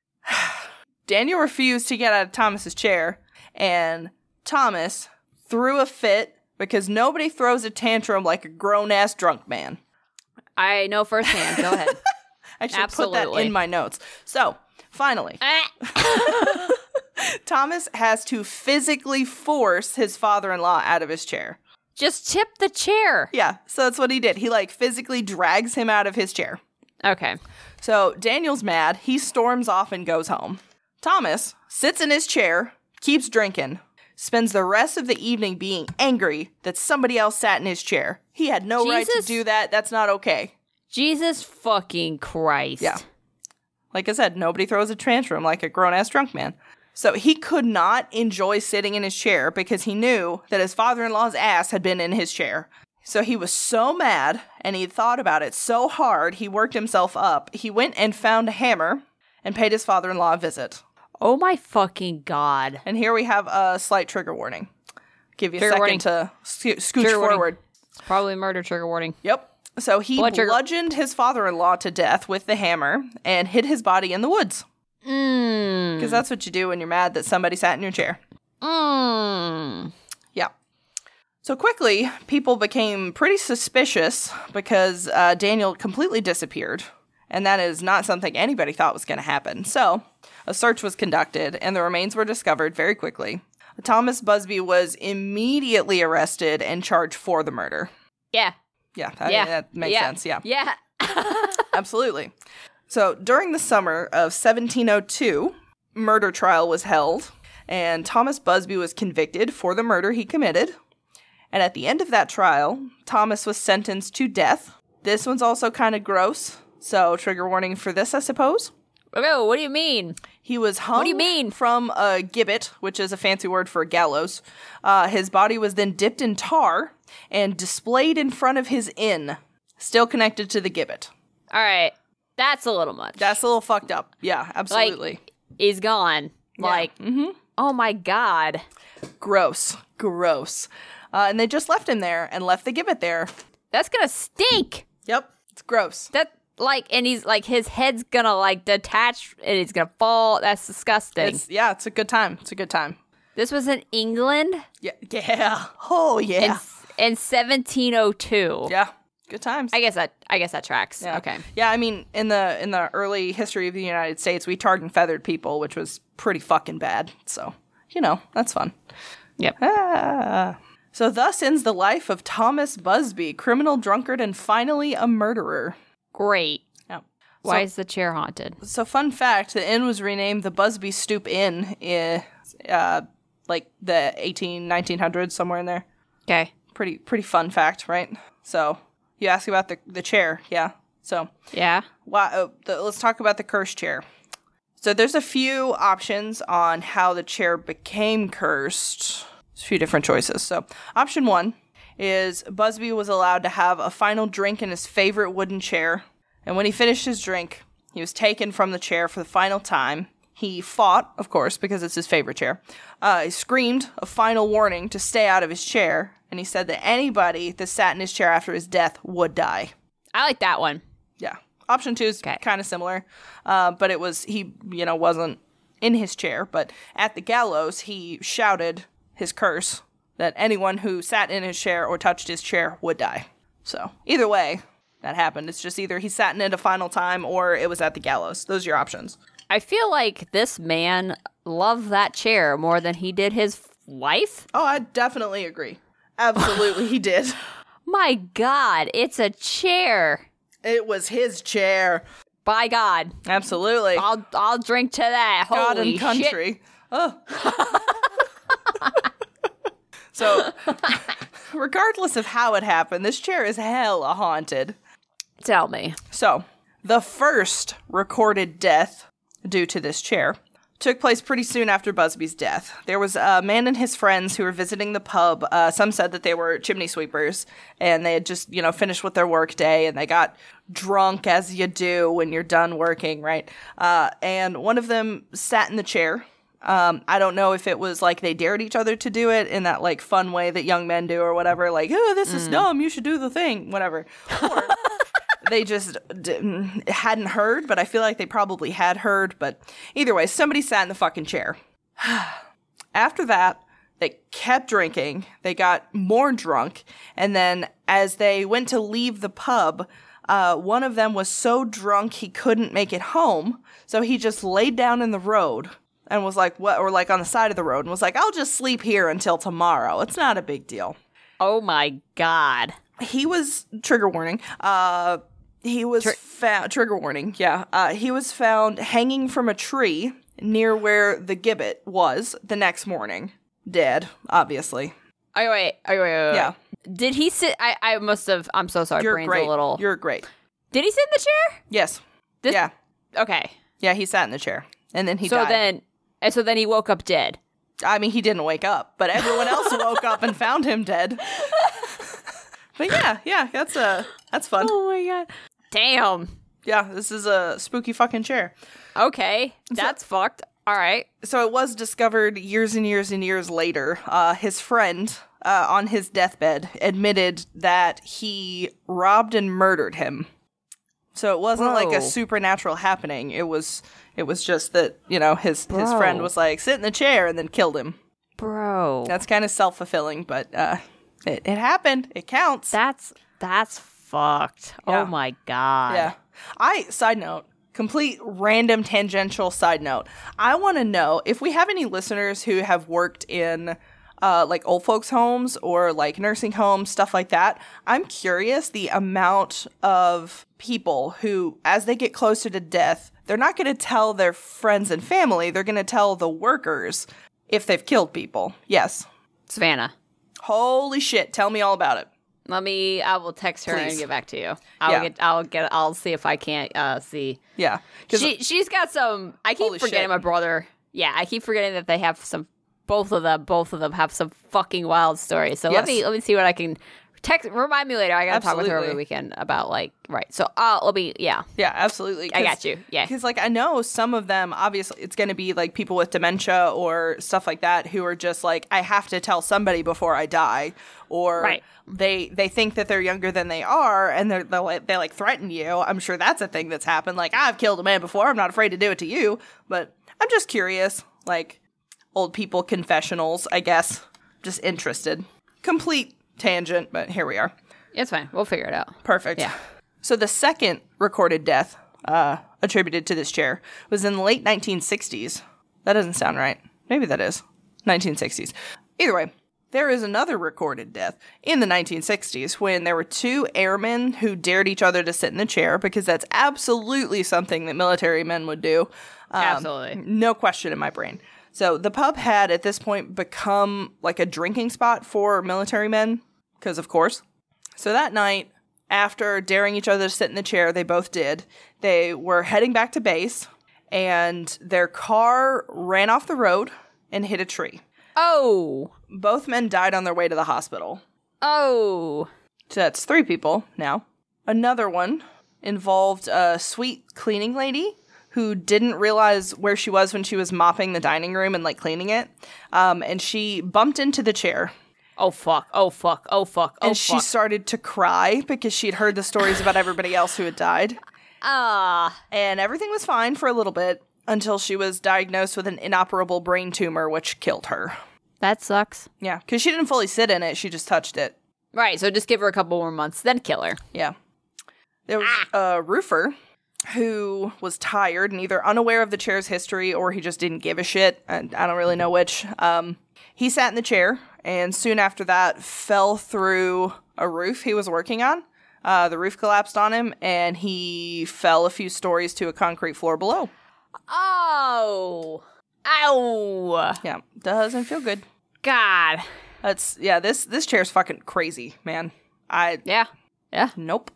[SPEAKER 2] Daniel refused to get out of Thomas's chair, and Thomas threw a fit because nobody throws a tantrum like a grown ass drunk man.
[SPEAKER 1] I know firsthand. Go ahead.
[SPEAKER 2] I should put that
[SPEAKER 1] Absolutely.
[SPEAKER 2] in my notes. So, finally,
[SPEAKER 1] Ah.
[SPEAKER 2] Thomas has to physically force his father in law out of his chair.
[SPEAKER 1] Just tip the chair.
[SPEAKER 2] Yeah, so that's what he did. He like physically drags him out of his chair.
[SPEAKER 1] Okay.
[SPEAKER 2] So, Daniel's mad. He storms off and goes home. Thomas sits in his chair, keeps drinking, spends the rest of the evening being angry that somebody else sat in his chair. He had no right to
[SPEAKER 1] Jesus.
[SPEAKER 2] do that. That's not okay.
[SPEAKER 1] Jesus fucking Christ.
[SPEAKER 2] Yeah. Like I said, nobody throws a tantrum like a grown ass drunk man. So he could not enjoy sitting in his chair because he knew that his father in law's ass had been in his chair. So he was so mad and he thought about it so hard, he worked himself up. He went and found a hammer and paid his father in law a visit.
[SPEAKER 1] Oh my fucking god.
[SPEAKER 2] And here we have a slight trigger warning. Give you a
[SPEAKER 1] Trigger
[SPEAKER 2] second
[SPEAKER 1] warning.
[SPEAKER 2] to sco- scooch
[SPEAKER 1] Trigger warning.
[SPEAKER 2] forward.
[SPEAKER 1] It's probably murder trigger warning.
[SPEAKER 2] Yep. So he
[SPEAKER 1] Blood trigger.
[SPEAKER 2] bludgeoned his father in law to death with the hammer and hid his body in the woods.
[SPEAKER 1] Mmm.
[SPEAKER 2] Because that's what you do when you're mad that somebody sat in your chair.
[SPEAKER 1] Mmm.
[SPEAKER 2] Yeah. So quickly, people became pretty suspicious because uh, Daniel completely disappeared. And that is not something anybody thought was going to happen. So a search was conducted, and the remains were discovered very quickly. Thomas Busby was immediately arrested and charged for the murder.
[SPEAKER 1] Yeah.
[SPEAKER 2] Yeah, I
[SPEAKER 1] yeah.
[SPEAKER 2] mean, Uh, that makes
[SPEAKER 1] yeah.
[SPEAKER 2] sense. Yeah.
[SPEAKER 1] Yeah.
[SPEAKER 2] Absolutely. So during the summer of 1702, murder trial was held, and Thomas Busby was convicted for the murder he committed. And at the end of that trial, Thomas was sentenced to death. This one's also kind of gross, so trigger warning for this, I suppose.
[SPEAKER 1] Oh, what do you mean?
[SPEAKER 2] He was hung. What
[SPEAKER 1] do you mean?
[SPEAKER 2] From a gibbet, which is a fancy word for a gallows. Uh, his body was then dipped in tar and displayed in front of his inn, still connected to the gibbet.
[SPEAKER 1] All right. That's a little much.
[SPEAKER 2] That's a little fucked up. Yeah, absolutely.
[SPEAKER 1] He's gone.
[SPEAKER 2] Yeah. Mm-hmm.
[SPEAKER 1] Like, oh my god.
[SPEAKER 2] gross, gross. Uh, and they just left him there and left the gibbet there.
[SPEAKER 1] That's gonna stink.
[SPEAKER 2] Yep, it's gross.
[SPEAKER 1] That like, and he's like, his head's gonna like detach, and he's gonna fall. That's disgusting.
[SPEAKER 2] It's yeah, it's a good time. It's a good time.
[SPEAKER 1] this was in England
[SPEAKER 2] Yeah, yeah. Oh
[SPEAKER 1] in,
[SPEAKER 2] yeah,
[SPEAKER 1] in 1702.
[SPEAKER 2] yeah. Good times.
[SPEAKER 1] I guess that I guess that tracks.
[SPEAKER 2] yeah.
[SPEAKER 1] Okay.
[SPEAKER 2] Yeah, I mean, in the in the early history of the United States, we tarred and feathered people, which was pretty fucking bad. So you know, that's fun.
[SPEAKER 1] Yep.
[SPEAKER 2] Ah. So thus ends the life of Thomas Busby, criminal drunkard and finally a murderer.
[SPEAKER 1] Great.
[SPEAKER 2] Yeah.
[SPEAKER 1] Why is the chair haunted?
[SPEAKER 2] So, fun fact: the inn was renamed the Busby Stoop Inn in, uh, like the 18, 1900s, somewhere in there.
[SPEAKER 1] Okay.
[SPEAKER 2] Pretty, pretty fun fact, right? So, you ask about the the chair, yeah. So,
[SPEAKER 1] Yeah.
[SPEAKER 2] why, oh, the, let's talk about the cursed chair. So, there's a few options on how the chair became cursed. There's a few different choices. So, option one is Busby was allowed to have a final drink in his favorite wooden chair. And when he finished his drink, he was taken from the chair for the final time. He fought, of course, because it's his favorite chair. Uh, he screamed a final warning to stay out of his chair. And he said that anybody that sat in his chair after his death would die.
[SPEAKER 1] I like that one.
[SPEAKER 2] Yeah. Option two is
[SPEAKER 1] Okay.
[SPEAKER 2] kind of similar, uh, but it was he, you know, wasn't in his chair, but at the gallows he shouted his curse that anyone who sat in his chair or touched his chair would die. So either way, that happened. It's just either he sat in it a final time or it was at the gallows. Those are your options.
[SPEAKER 1] I feel like this man loved that chair more than he did his wife.
[SPEAKER 2] Oh, I definitely agree. Absolutely, he did.
[SPEAKER 1] My God, it's a chair.
[SPEAKER 2] It was his chair.
[SPEAKER 1] By God,
[SPEAKER 2] Absolutely.
[SPEAKER 1] I'll I'll drink to that.
[SPEAKER 2] God
[SPEAKER 1] Holy
[SPEAKER 2] and
[SPEAKER 1] shit!
[SPEAKER 2] country. Ugh. so, regardless of how it happened, this chair is hella haunted.
[SPEAKER 1] Tell me,
[SPEAKER 2] So, the first recorded death due to this chair took place pretty soon after Busby's death. There was a man and his friends who were visiting the pub. Uh, some said that they were chimney sweepers and they had just, you know, finished with their work day and they got drunk as you do when you're done working, right? Uh, and one of them sat in the chair. Um, I don't know if it was like they dared each other to do it in that like fun way that young men do or whatever, like, oh, this is dumb, you should do the thing, whatever. Or they just d- mm, hadn't heard, but I feel like they probably had heard. But either way, somebody sat in the fucking chair. After that, they kept drinking. They got more drunk. And then as they went to leave the pub, uh, one of them was so drunk he couldn't make it home. So he just laid down in the road and was like, what, or like on the side of the road and was like, I'll just sleep here until tomorrow. It's not a big deal
[SPEAKER 1] oh my God,
[SPEAKER 2] he was trigger warning. Uh, he was found trigger warning. Yeah, uh, he was found hanging from a tree near where the gibbet was the next morning, dead. Obviously,
[SPEAKER 1] Oh wait, oh wait, wait, wait.
[SPEAKER 2] Yeah.
[SPEAKER 1] Did he sit? I, I must have. I'm so sorry.
[SPEAKER 2] you're
[SPEAKER 1] brain's
[SPEAKER 2] great.
[SPEAKER 1] a little.
[SPEAKER 2] You're great.
[SPEAKER 1] Did he sit in the chair?
[SPEAKER 2] Yes.
[SPEAKER 1] This-
[SPEAKER 2] yeah.
[SPEAKER 1] Okay.
[SPEAKER 2] Yeah. He sat in the chair, and then he
[SPEAKER 1] so
[SPEAKER 2] died.
[SPEAKER 1] then, and so then he woke up dead.
[SPEAKER 2] I mean, he didn't wake up, but everyone else woke up and found him dead. but yeah, yeah, that's uh, that's fun.
[SPEAKER 1] Oh my god. Damn.
[SPEAKER 2] Yeah, this is a spooky fucking chair.
[SPEAKER 1] Okay, that's fucked. All right.
[SPEAKER 2] so it was discovered years and years and years later. Uh, his friend uh, on his deathbed admitted that he robbed and murdered him. So it wasn't like
[SPEAKER 1] Bro.
[SPEAKER 2] a supernatural happening. It was it was just that you know his his
[SPEAKER 1] Bro.
[SPEAKER 2] friend was like sit in the chair and then killed him.
[SPEAKER 1] Bro.
[SPEAKER 2] That's kind of self fulfilling, but uh, it it happened. It counts.
[SPEAKER 1] That's that's fucked.
[SPEAKER 2] Yeah.
[SPEAKER 1] Oh my god.
[SPEAKER 2] Yeah. I side note, complete random tangential side note. I want to know if we have any listeners who have worked in uh, like old folks homes or like nursing homes, stuff like that. I'm curious the amount of people who, as they get closer to death, they're not going to tell their friends and family. They're going to tell the workers if they've killed people. Yes.
[SPEAKER 1] Savannah,
[SPEAKER 2] Holy shit. Tell me all about it.
[SPEAKER 1] let me. I will text her
[SPEAKER 2] Please.
[SPEAKER 1] and get back to you. I'll
[SPEAKER 2] Yeah.
[SPEAKER 1] get. I'll get. I'll see if I can't uh, see.
[SPEAKER 2] Yeah. 'Cause-
[SPEAKER 1] She she's got some. I keep
[SPEAKER 2] Holy
[SPEAKER 1] forgetting
[SPEAKER 2] shit.
[SPEAKER 1] my brother. Yeah, I keep forgetting that they have some. Both of them. Both of them have some fucking wild stories. So let me
[SPEAKER 2] Yes.
[SPEAKER 1] let me see what I can text. Remind me later. I gotta talk with her over the
[SPEAKER 2] Absolutely.
[SPEAKER 1] weekend about like right. So uh, let me. Yeah,
[SPEAKER 2] yeah, absolutely.
[SPEAKER 1] I
[SPEAKER 2] 'Cause-
[SPEAKER 1] got you. Yeah.
[SPEAKER 2] Because, like, I know some of them, obviously, it's going to be like people with dementia or stuff like that who are just like, I have to tell somebody before I die. Or
[SPEAKER 1] Right.
[SPEAKER 2] they they think that they're younger than they are and they're, they're like, they like threaten you. I'm sure that's a thing that's happened. Like, I've killed a man before. I'm not afraid to do it to you. But I'm just curious, like, old people confessionals, I guess. Just interested. Complete tangent, but here we are.
[SPEAKER 1] It's fine. We'll figure it out.
[SPEAKER 2] Perfect.
[SPEAKER 1] Yeah.
[SPEAKER 2] So the second recorded death uh, attributed to this chair was in the late 1960s. That doesn't sound right. Maybe that is 1960s. Either way, there is another recorded death in the 1960s when there were two airmen who dared each other to sit in the chair because that's absolutely something that military men would do. Um,
[SPEAKER 1] Absolutely.
[SPEAKER 2] no question in my brain. So the pub had at this point become like a drinking spot for military men because of course. So that night, after daring each other to sit in the chair, they both did. They were heading back to base and their car ran off the road and hit a tree.
[SPEAKER 1] Oh.
[SPEAKER 2] Both men died on their way to the hospital.
[SPEAKER 1] Oh.
[SPEAKER 2] So that's three people now. Another one involved a sweet cleaning lady who didn't realize where she was when she was mopping the dining room and like cleaning it. Um, and she bumped into the chair
[SPEAKER 1] Oh fuck. Oh fuck. Oh fuck. Oh
[SPEAKER 2] and she
[SPEAKER 1] fuck.
[SPEAKER 2] started to cry because she'd heard the stories about everybody else who had died.
[SPEAKER 1] Ah.
[SPEAKER 2] And everything was fine for a little bit until she was diagnosed with an inoperable brain tumor, which killed her.
[SPEAKER 1] that sucks.
[SPEAKER 2] Yeah, because she didn't fully sit in it, she just touched it.
[SPEAKER 1] Right. So just give her a couple more months, then kill her.
[SPEAKER 2] Yeah. There was a roofer who was tired and either unaware of the chair's history or he just didn't give a shit. I, I don't really know which. Um, he sat in the chair and soon after that fell through a roof he was working on. Uh, the roof collapsed on him and he fell a few stories to a concrete floor below.
[SPEAKER 1] Oh. Ow.
[SPEAKER 2] Yeah, doesn't feel good.
[SPEAKER 1] God.
[SPEAKER 2] That's yeah. This this chair's fucking crazy, man. I
[SPEAKER 1] Yeah. Yeah.
[SPEAKER 2] Nope.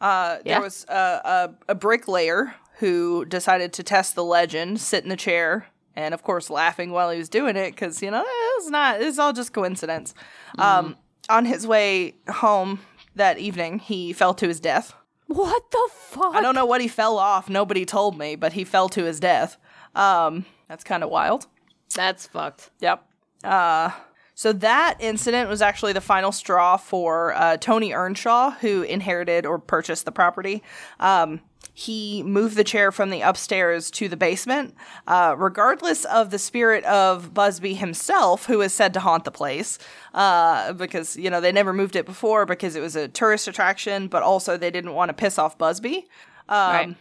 [SPEAKER 2] Uh,
[SPEAKER 1] Yeah.
[SPEAKER 2] There was a, a, a bricklayer who decided to test the legend, sit in the chair, and of course laughing while he was doing it because you know it's not it's all just coincidence. Um, on his way home that evening, he fell to his death.
[SPEAKER 1] What the fuck?
[SPEAKER 2] I don't know what he fell off. Nobody told me, but he fell to his death. Um, that's kind of wild.
[SPEAKER 1] That's fucked.
[SPEAKER 2] Yep. Uh, so that incident was actually the final straw for uh, Tony Earnshaw, who inherited or purchased the property. Um, he moved the chair from the upstairs to the basement, uh, regardless of the spirit of Busby himself, who is said to haunt the place, uh, because you know they never moved it before because it was a tourist attraction, but also they didn't want to piss off Busby Um,
[SPEAKER 1] right.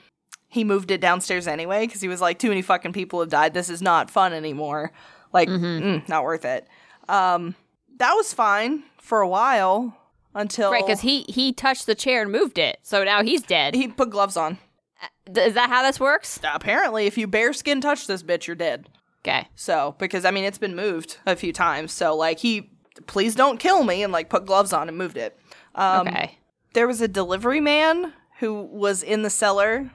[SPEAKER 2] he moved it downstairs anyway because he was like, too many fucking people have died. This is not fun anymore. Like,
[SPEAKER 1] Mm-hmm.
[SPEAKER 2] mm, not worth it. Um, that was fine for a while until
[SPEAKER 1] Right, because he he touched the chair and moved it, so now he's dead.
[SPEAKER 2] he put gloves on.
[SPEAKER 1] Th- Is that how this works?
[SPEAKER 2] Apparently, if you bare skin touch this bitch, you're dead.
[SPEAKER 1] Okay.
[SPEAKER 2] So, because I mean, it's been moved a few times. So, like, he, please don't kill me, and like put gloves on and moved it. Um,
[SPEAKER 1] okay.
[SPEAKER 2] there was a delivery man who was in the cellar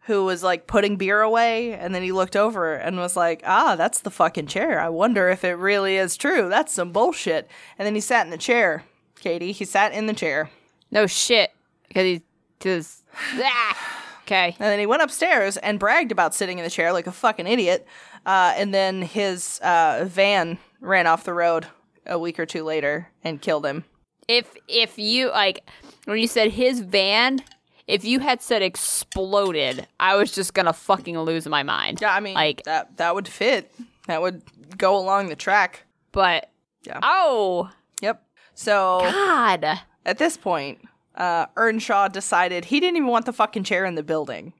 [SPEAKER 2] who was like putting beer away and then he looked over and was like ah that's the fucking chair i wonder if it really is true that's some bullshit and then he sat in the chair katie he sat in the chair
[SPEAKER 1] No shit, because he does. Ah! Okay.
[SPEAKER 2] and then he went upstairs and bragged about sitting in the chair like a fucking idiot uh, and then his uh, van ran off the road a week or two later and killed him
[SPEAKER 1] If if you like, when you said his van, if you had said exploded, I was just gonna fucking lose my mind.
[SPEAKER 2] yeah i mean
[SPEAKER 1] like,
[SPEAKER 2] that that would fit that would go along the track
[SPEAKER 1] but
[SPEAKER 2] Yeah.
[SPEAKER 1] oh
[SPEAKER 2] yep so
[SPEAKER 1] god,
[SPEAKER 2] At this point, uh, Earnshaw decided he didn't even want the fucking chair in the building.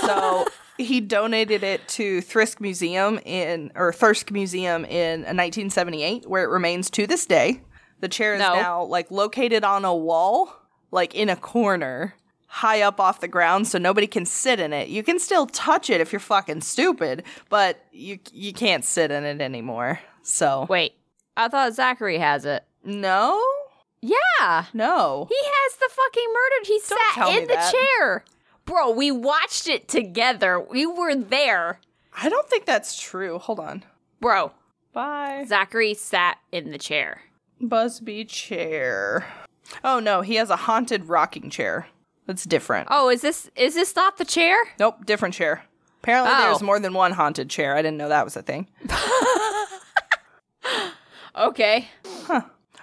[SPEAKER 2] So he donated it to Thrisk Museum in or Thirsk Museum in 1978, where it remains to this day. The chair is
[SPEAKER 1] No.
[SPEAKER 2] now like located on a wall, like in a corner, high up off the ground, so nobody can sit in it. You can still touch it if you're fucking stupid, but you you can't sit in it anymore. So
[SPEAKER 1] wait, I thought Zachary has it.
[SPEAKER 2] no,
[SPEAKER 1] Yeah,
[SPEAKER 2] no.
[SPEAKER 1] he has the fucking murdered. He
[SPEAKER 2] tell
[SPEAKER 1] sat
[SPEAKER 2] me
[SPEAKER 1] in the
[SPEAKER 2] that.
[SPEAKER 1] chair, bro. We watched it together. We were there,
[SPEAKER 2] I don't think that's true. Hold on.
[SPEAKER 1] bro.
[SPEAKER 2] Bye.
[SPEAKER 1] Zachary sat in the chair.
[SPEAKER 2] Busby chair. Oh no, he has a haunted rocking chair. That's different.
[SPEAKER 1] Oh, is this is this not the chair?
[SPEAKER 2] Nope, different chair. Apparently
[SPEAKER 1] Oh.
[SPEAKER 2] there's more than one haunted chair. I didn't know that was a thing.
[SPEAKER 1] Okay.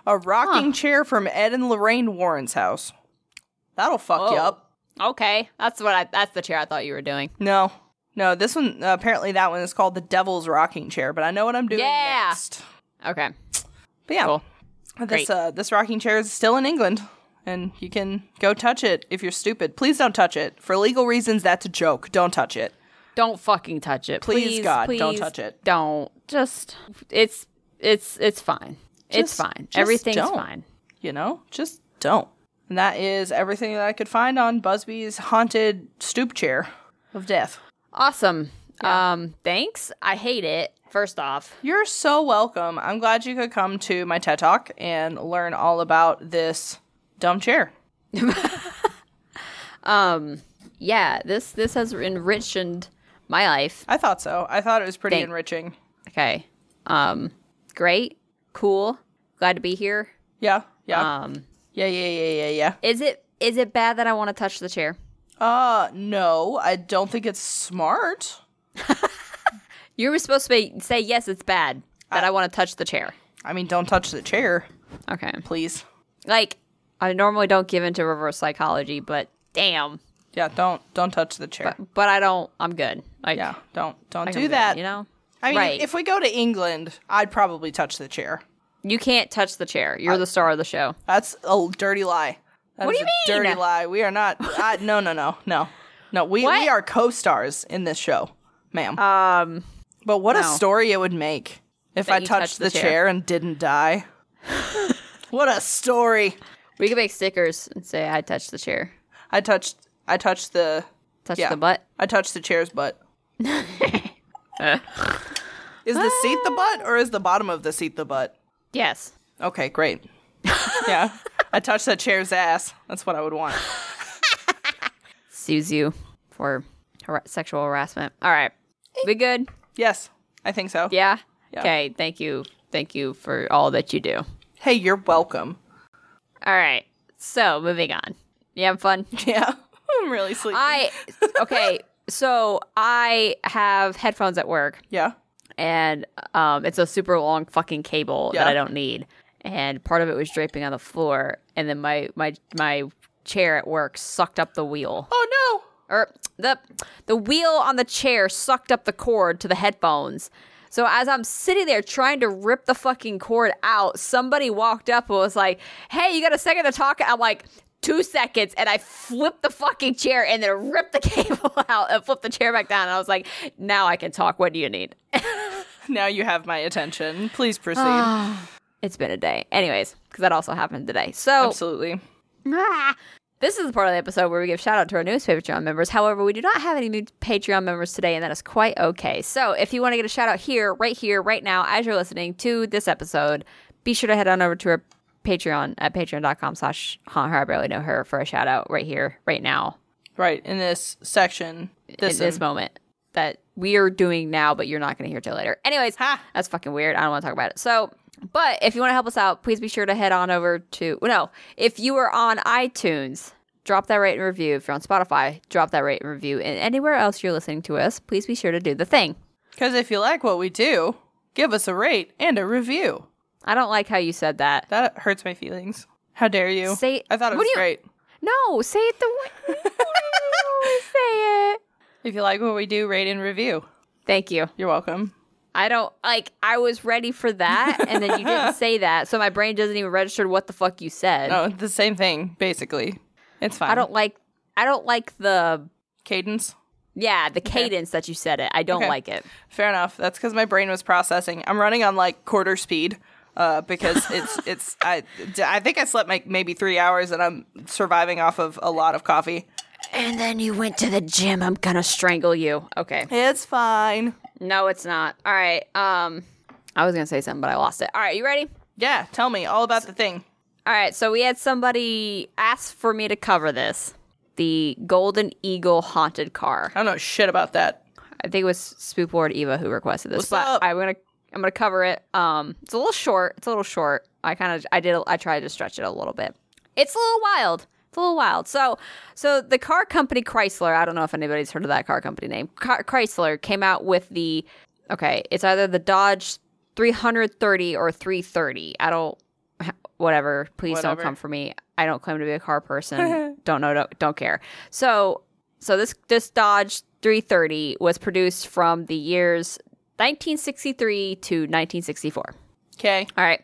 [SPEAKER 2] A rocking chair from Ed and Lorraine Warren's house. That'll fuck you
[SPEAKER 1] Oh.
[SPEAKER 2] up.
[SPEAKER 1] Okay. That's what I that's the chair I thought you were doing.
[SPEAKER 2] No. No, this one uh, apparently that one is called the Devil's Rocking Chair, but I know what I'm doing
[SPEAKER 1] Yeah.
[SPEAKER 2] next.
[SPEAKER 1] Okay.
[SPEAKER 2] But yeah.
[SPEAKER 1] Cool.
[SPEAKER 2] This
[SPEAKER 1] Great.
[SPEAKER 2] uh, this rocking chair is still in England, and you can go touch it if you're stupid. Please don't touch it for legal reasons. That's a joke. Don't touch it.
[SPEAKER 1] Don't fucking touch it. Please,
[SPEAKER 2] Please, God,
[SPEAKER 1] please
[SPEAKER 2] don't touch it.
[SPEAKER 1] Don't. Just it's it's it's fine. it's
[SPEAKER 2] Just-
[SPEAKER 1] fine.
[SPEAKER 2] just
[SPEAKER 1] Everything's
[SPEAKER 2] don't.
[SPEAKER 1] fine.
[SPEAKER 2] You know, just don't. And that is everything that I could find on Busby's haunted stoop chair of death.
[SPEAKER 1] Awesome. Um thanks. I hate it. First off.
[SPEAKER 2] You're so welcome. I'm glad you could come to my TED Talk and learn all about this dumb chair.
[SPEAKER 1] Um yeah, this this has enriched my life.
[SPEAKER 2] I thought so. I thought it was pretty
[SPEAKER 1] Thank-
[SPEAKER 2] enriching.
[SPEAKER 1] Okay. Um great. Cool. Glad to be here.
[SPEAKER 2] Yeah, yeah,
[SPEAKER 1] Um
[SPEAKER 2] yeah, yeah, yeah, yeah, yeah.
[SPEAKER 1] is it is it bad that I want to touch the chair?
[SPEAKER 2] Uh, no, I don't think it's smart.
[SPEAKER 1] You were supposed to be, say yes, it's bad that I, want to touch the chair.
[SPEAKER 2] I mean, don't touch the chair,
[SPEAKER 1] Okay.
[SPEAKER 2] please.
[SPEAKER 1] Like I normally don't give into reverse psychology, but damn.
[SPEAKER 2] Yeah, don't don't touch the chair.
[SPEAKER 1] But I don't. I'm good. Like
[SPEAKER 2] yeah, don't don't
[SPEAKER 1] like, I'm
[SPEAKER 2] do
[SPEAKER 1] good,
[SPEAKER 2] that.
[SPEAKER 1] you know.
[SPEAKER 2] I mean,
[SPEAKER 1] Right.
[SPEAKER 2] if we go to England, I'd probably touch the chair.
[SPEAKER 1] You can't touch the chair. You're the star of the show.
[SPEAKER 2] That's a dirty lie. That
[SPEAKER 1] What
[SPEAKER 2] is
[SPEAKER 1] do you
[SPEAKER 2] a
[SPEAKER 1] mean?
[SPEAKER 2] Dirty lie. We are not. I, no, no, no, no, no. We
[SPEAKER 1] What?
[SPEAKER 2] we are co-stars in this show, ma'am.
[SPEAKER 1] Um,
[SPEAKER 2] but what a
[SPEAKER 1] no.
[SPEAKER 2] story it would make if
[SPEAKER 1] That
[SPEAKER 2] I
[SPEAKER 1] you
[SPEAKER 2] touched
[SPEAKER 1] touched
[SPEAKER 2] the,
[SPEAKER 1] the
[SPEAKER 2] chair.
[SPEAKER 1] chair.
[SPEAKER 2] and didn't die. what a story!
[SPEAKER 1] we could make stickers and say I touched the chair,
[SPEAKER 2] I touched. I touched the.
[SPEAKER 1] touched
[SPEAKER 2] Yeah.
[SPEAKER 1] the butt.
[SPEAKER 2] I touched the chair's butt. is the seat the butt or is the bottom of the seat the butt?
[SPEAKER 1] Yes.
[SPEAKER 2] Okay, great. yeah, I touched that chair's ass. That's what I would want.
[SPEAKER 1] Sues you for har- sexual harassment. All right. We good?
[SPEAKER 2] Yes, I think so.
[SPEAKER 1] Yeah.
[SPEAKER 2] Yeah.
[SPEAKER 1] Okay. Thank you. Thank you for all that you do.
[SPEAKER 2] Hey, you're welcome.
[SPEAKER 1] All right. So moving on. You having fun?
[SPEAKER 2] Yeah, I'm really sleepy.
[SPEAKER 1] I okay. So I have headphones at work.
[SPEAKER 2] yeah.
[SPEAKER 1] and um, it's a super long fucking cable that
[SPEAKER 2] Yeah.
[SPEAKER 1] I don't need. And part of it was draping on the floor, and then my my my chair at work sucked up the wheel,
[SPEAKER 2] Oh
[SPEAKER 1] or the the wheel on the chair sucked up the cord to the headphones. So as I'm sitting there trying to rip the fucking cord out, somebody walked up and was like, "Hey, you got a second to talk?" I'm like. Two seconds, and I flipped the fucking chair, and then ripped the cable out, and flipped the chair back down. And I was like, "Now I can talk. What do you need?"
[SPEAKER 2] no! Now you have my attention. Please
[SPEAKER 1] Ah.
[SPEAKER 2] proceed.
[SPEAKER 1] It's been a day. Anyways, because that also happened today. So,
[SPEAKER 2] Absolutely.
[SPEAKER 1] ah, this is the part of the episode where we give shout out to our newest Patreon members. However, we do not have any new Patreon members today, and that is quite okay. So, if you want to get a shout out here, right here, right now, as you're listening to this episode, be sure to head on over to our Patreon at patreon.com slash huh, her, I barely know her for a shout out right here, right now,
[SPEAKER 2] Right in this section. This
[SPEAKER 1] in this moment that we are doing now, but you're not going to hear till later. Anyways,
[SPEAKER 2] Ha!
[SPEAKER 1] that's fucking weird. I don't want to talk about it. So, but if you want to help us out, please be sure to head on over to well, no. If you are on iTunes, drop that rate and review. If you're on Spotify, drop that rate and review. And anywhere else you're listening to us, please be sure to do the thing.
[SPEAKER 2] Because if you like what we do, give us a rate and a review.
[SPEAKER 1] I don't like how you said that.
[SPEAKER 2] That hurts my feelings. How dare you?
[SPEAKER 1] Say-
[SPEAKER 2] I thought it
[SPEAKER 1] what
[SPEAKER 2] was
[SPEAKER 1] do you-
[SPEAKER 2] great.
[SPEAKER 1] No, say it the way. say it.
[SPEAKER 2] If you like what we do, rate and review.
[SPEAKER 1] Thank you.
[SPEAKER 2] You're welcome.
[SPEAKER 1] I don't like. I was ready for that, and then you didn't say that, so my brain doesn't even register what the fuck you said.
[SPEAKER 2] No, it's Oh, the same thing basically. It's fine.
[SPEAKER 1] I don't like. I don't like the
[SPEAKER 2] cadence.
[SPEAKER 1] yeah the cadence that you said it. I don't
[SPEAKER 2] Okay.
[SPEAKER 1] like it.
[SPEAKER 2] Fair enough. That's because my brain was processing. I'm running on like quarter speed uh, because it's it's I d- I think I slept like maybe three hours and I'm surviving off of a lot of coffee.
[SPEAKER 1] And then you went to the gym. I'm gonna strangle you. Okay.
[SPEAKER 2] It's fine.
[SPEAKER 1] No, it's not. All right. Um, I was gonna say something, but I lost it. All right, you ready?
[SPEAKER 2] Yeah, tell me all about the thing.
[SPEAKER 1] All right. So we had somebody ask for me to cover this. The Golden Eagle haunted car.
[SPEAKER 2] I don't know shit about that.
[SPEAKER 1] I think it was Spoop Lord Eva who requested this,
[SPEAKER 2] What's
[SPEAKER 1] but
[SPEAKER 2] up?
[SPEAKER 1] I'm gonna I'm gonna cover it. Um, it's a little short. It's a little short. I kind of I did I tried to stretch it a little bit. It's a little wild. It's a little wild. So so the car company Chrysler. I don't know if anybody's heard of that car company name. Car- Chrysler came out with the okay. It's either the Dodge 330 or 330. I don't whatever. Please
[SPEAKER 2] Whatever.
[SPEAKER 1] don't come for me. I don't claim to be a car person. don't know. Don't, don't care. So so this this Dodge 330 was produced from the years 1963 to 1964.
[SPEAKER 2] Okay.
[SPEAKER 1] All right,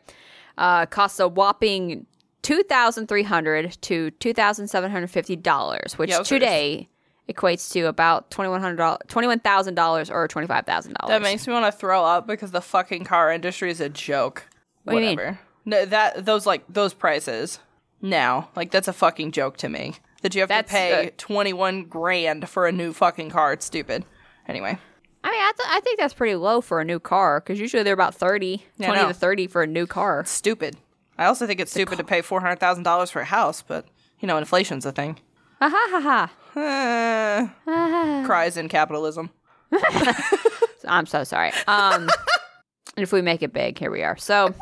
[SPEAKER 1] uh, cost a whopping two thousand three hundred to two thousand seven hundred fifty dollars, which
[SPEAKER 2] Yowzers.
[SPEAKER 1] today equates to about twenty one hundred twenty one thousand dollars or twenty five thousand
[SPEAKER 2] That
[SPEAKER 1] dollars.
[SPEAKER 2] makes me want to throw up because the fucking car industry is a joke.
[SPEAKER 1] What do you mean?
[SPEAKER 2] No, that those like those prices now, like that's a fucking joke to me. That you have
[SPEAKER 1] That's,
[SPEAKER 2] to pay
[SPEAKER 1] uh,
[SPEAKER 2] twenty one grand for a new fucking car. It's stupid. Anyway.
[SPEAKER 1] I mean, I, th- I think that's pretty low for a new car because usually they're about 30,
[SPEAKER 2] Yeah, I
[SPEAKER 1] 20
[SPEAKER 2] know.
[SPEAKER 1] to thirty for a new car.
[SPEAKER 2] stupid. I also think it's stupid to pay four hundred thousand dollars for a house, but you know, inflation's a thing.
[SPEAKER 1] Ha ha ha ha.
[SPEAKER 2] Eh,
[SPEAKER 1] Ah.
[SPEAKER 2] cries in capitalism.
[SPEAKER 1] I'm so sorry. Um, and if we make it big, here we are. So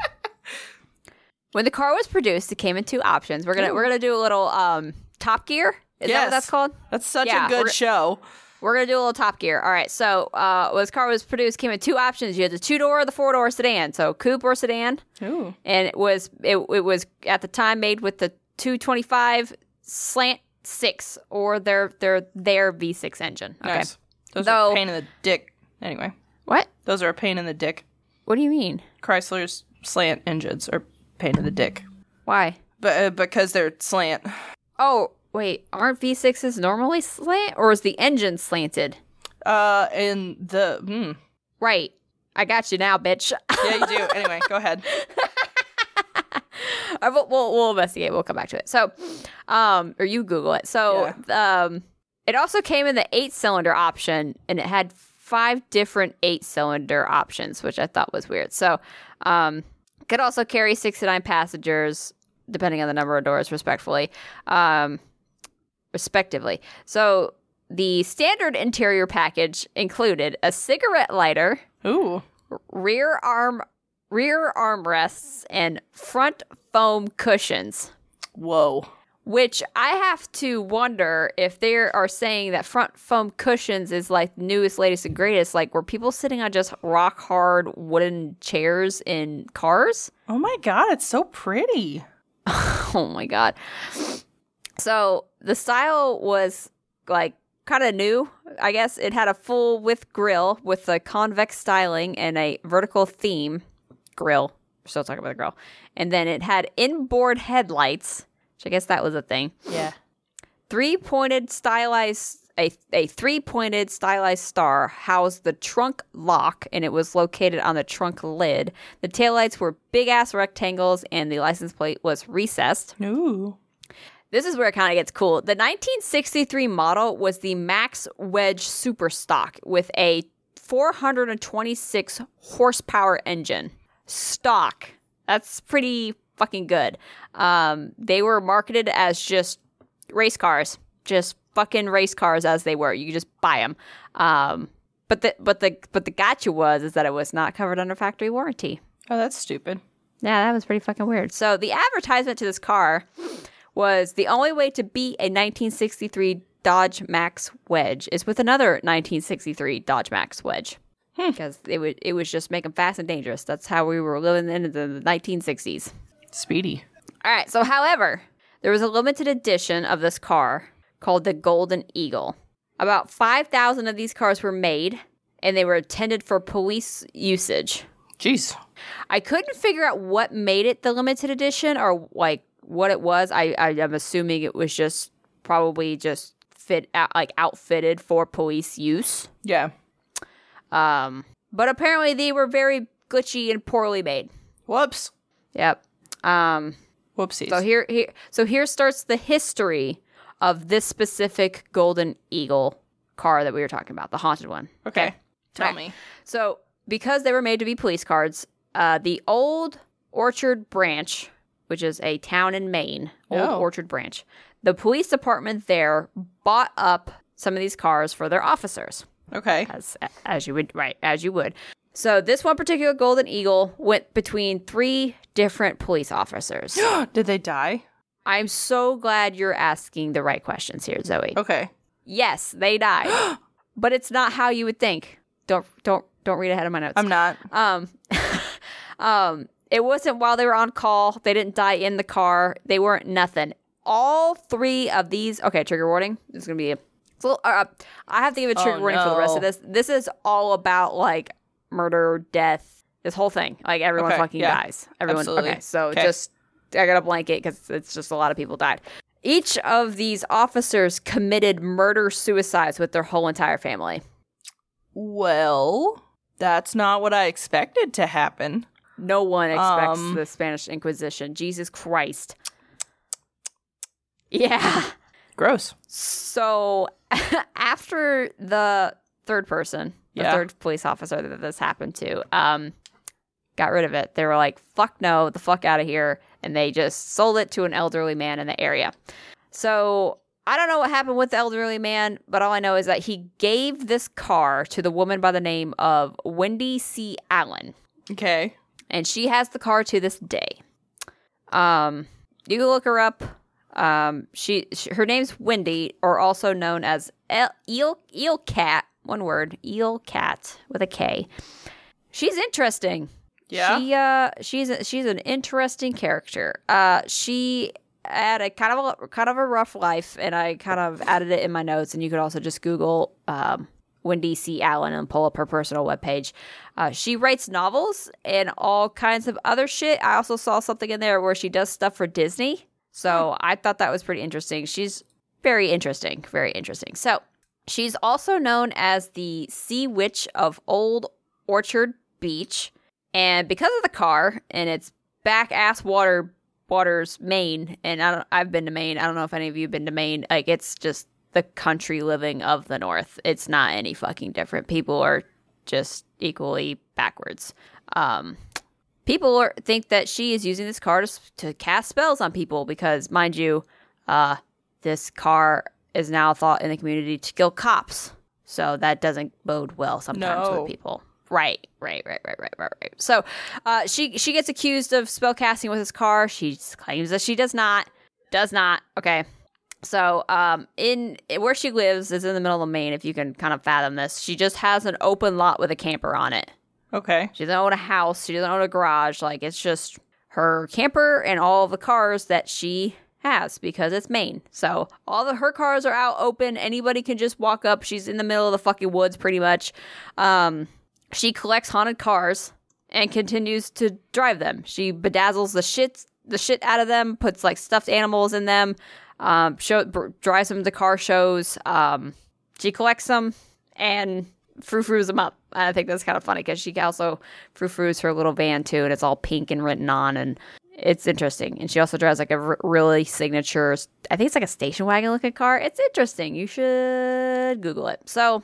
[SPEAKER 1] when the car was produced, it came in two options. We're gonna we're gonna do a little um, Top Gear. Is that what
[SPEAKER 2] Yes.
[SPEAKER 1] that's called?
[SPEAKER 2] That's such
[SPEAKER 1] Yeah,
[SPEAKER 2] a good
[SPEAKER 1] we're-
[SPEAKER 2] show.
[SPEAKER 1] We're gonna do a little Top Gear. All right. So uh, when this car was produced, came in two options. You had the two door or the four door sedan. So coupe or sedan,
[SPEAKER 2] Ooh.
[SPEAKER 1] and it was it, it was at the time made with the 225 slant six or their their their V6 engine. Okay.
[SPEAKER 2] Nice. Those are
[SPEAKER 1] Though-
[SPEAKER 2] a pain in the dick. Anyway,
[SPEAKER 1] What?
[SPEAKER 2] those are a pain in the dick.
[SPEAKER 1] What do you mean?
[SPEAKER 2] Chrysler's slant engines are pain in the dick,
[SPEAKER 1] Why?
[SPEAKER 2] but uh, because they're slant.
[SPEAKER 1] Oh, wait. Aren't V6s normally slant or is the engine slanted?
[SPEAKER 2] Uh, and the mm,
[SPEAKER 1] Right. I got you now, bitch.
[SPEAKER 2] yeah, you do. anyway, go ahead.
[SPEAKER 1] I will- we'll, we'll investigate. We'll come back to it. So, um, or you Google it. So, um, it also came in the eight cylinder option, and it had five different eight cylinder options, which I thought was weird. So, um, could also carry six to nine passengers, depending on the number of doors, respectfully, um, respectively. So, the standard interior package included a cigarette lighter
[SPEAKER 2] Ooh,
[SPEAKER 1] rear arm rear armrests and front foam cushions
[SPEAKER 2] whoa.
[SPEAKER 1] which i have to wonder if they are saying that front foam cushions is like newest latest and greatest like were people sitting on just rock hard wooden chairs in cars
[SPEAKER 2] Oh my god, it's so pretty.
[SPEAKER 1] oh my god so the style was like kind of new i guess it had a full width grill with a convex styling and a vertical theme grill we're still talking about the grill and then it had inboard headlights which i guess that was a thing
[SPEAKER 2] Yeah.
[SPEAKER 1] three pointed stylized a, a three pointed stylized star housed the trunk lock and it was located on the trunk lid. The taillights were big ass rectangles and the license plate was recessed.
[SPEAKER 2] Ooh.
[SPEAKER 1] This is where it kind of gets cool. The 1963 model was the Max Wedge Super Stock with a 426 horsepower engine. Stock. That's pretty fucking good. Um, they were marketed as just race cars, just fucking race cars as they were. You could just buy them. Um, but the but the but the gotcha was is that it was not covered under factory warranty.
[SPEAKER 2] Oh, that's stupid.
[SPEAKER 1] Yeah, that was pretty fucking weird. So the advertisement to this car was the only way to beat a 1963 Dodge Max Wedge is with another 1963 Dodge Max Wedge. Because it was it was just make them fast and dangerous. That's how we were living in the 1960s.
[SPEAKER 2] Speedy.
[SPEAKER 1] All right. So, however, there was a limited edition of this car called the Golden Eagle. About 5,000 of these cars were made, and they were intended for police usage.
[SPEAKER 2] Jeez.
[SPEAKER 1] I couldn't figure out what made it the limited edition or like what it was. I, I am assuming it was just probably just fit out like outfitted for police use.
[SPEAKER 2] Yeah.
[SPEAKER 1] Um, but apparently they were very glitchy and poorly made.
[SPEAKER 2] Whoops.
[SPEAKER 1] Yep. Um,
[SPEAKER 2] Whoopsies.
[SPEAKER 1] so here, here so here starts the history of this specific golden eagle car that we were talking about, the haunted one.
[SPEAKER 2] okay. Tell
[SPEAKER 1] Right.
[SPEAKER 2] me.
[SPEAKER 1] So, because they were made to be police cards, uh, the Old Orchard Branch, which is a town in Maine, Old
[SPEAKER 2] Oh.
[SPEAKER 1] Orchard Branch, the police department there bought up some of these cars for their officers,
[SPEAKER 2] Okay.
[SPEAKER 1] as as you would right as you would. So, this one particular Golden Eagle went between three different police officers.
[SPEAKER 2] Did they die?
[SPEAKER 1] I'm so glad you're asking the right questions here, Zoe.
[SPEAKER 2] Okay.
[SPEAKER 1] Yes, they died, but it's not how you would think. Don't don't don't read ahead of my notes.
[SPEAKER 2] I'm not.
[SPEAKER 1] Um, um, it wasn't while they were on call. They didn't die in the car. They weren't nothing. All three of these. Okay, trigger warning. This is gonna be. It's a little, uh, I have to give a trigger
[SPEAKER 2] Oh,
[SPEAKER 1] warning for the rest
[SPEAKER 2] no.
[SPEAKER 1] of this. This is all about like murder, death, this whole thing. Like everyone
[SPEAKER 2] Okay,
[SPEAKER 1] fucking
[SPEAKER 2] yeah.
[SPEAKER 1] dies. Everyone.
[SPEAKER 2] Absolutely.
[SPEAKER 1] Okay, so
[SPEAKER 2] Okay.
[SPEAKER 1] just I got a blanket because it's just a lot of people died. Each of these officers committed murder suicides with their whole entire family.
[SPEAKER 2] Well, that's not what I expected to happen.
[SPEAKER 1] No one expects
[SPEAKER 2] Um,
[SPEAKER 1] the Spanish Inquisition. Jesus Christ. Yeah.
[SPEAKER 2] Gross.
[SPEAKER 1] So after the third person, the
[SPEAKER 2] Yeah.
[SPEAKER 1] third police officer that this happened to, um, got rid of it. They were like, fuck no, the fuck out of here. And they just sold it to an elderly man in the area. So I don't know what happened with the elderly man, but all I know is that he gave this car to the woman by the name of Wendy C. Allen
[SPEAKER 2] Okay.
[SPEAKER 1] and she has the car to this day. Um, you can look her up. Um, she, sh her name's Wendy, or also known as El, Eel Eel Cat. One word, Eel Cat with a K. She's interesting.
[SPEAKER 2] Yeah.
[SPEAKER 1] She uh she's a, she's an interesting character. Uh she had a kind of a kind of a rough life and I kind of added it in my notes and you could also just google um Wendy C. Allen and pull up her personal webpage. Uh, she writes novels and all kinds of other shit. I also saw something in there where she does stuff for Disney. So I thought that was pretty interesting. She's very interesting, very interesting. So she's also known as the Sea Witch of Old Orchard Beach. And because of the car and its back ass water waters Maine, and I don't, I've been to Maine. I don't know if any of you've been to Maine. Like it's just the country living of the North. It's not any fucking different. People are just equally backwards. Um, people are, think that she is using this car to, s- to cast spells on people because, mind you, uh, this car is now thought in the community to kill cops. So that doesn't bode well sometimes
[SPEAKER 2] No.
[SPEAKER 1] with people. Right, right, right, right, right, right, right. So uh, she she gets accused of spellcasting with this car. She claims that she does not. Does not. Okay. So, um, in where she lives is in the middle of Maine. If you can kind of fathom this, she just has an open lot with a camper on it.
[SPEAKER 2] Okay.
[SPEAKER 1] She doesn't own a house. She doesn't own a garage. Like it's just her camper and all of the cars that she has because it's Maine. So all the her cars are out open. Anybody can just walk up. She's in the middle of the fucking woods, pretty much. Um, she collects haunted cars and continues to drive them. She bedazzles the shit the shit out of them. Puts like stuffed animals in them. Um, show br- drives them to car shows. Um, she collects them and frou-frous them up. I think that's kind of funny because she also frou-frous her little van too, and it's all pink and written on, and it's interesting. And she also drives like a r- really signature, I think it's like a station wagon looking car. It's interesting. You should Google it. So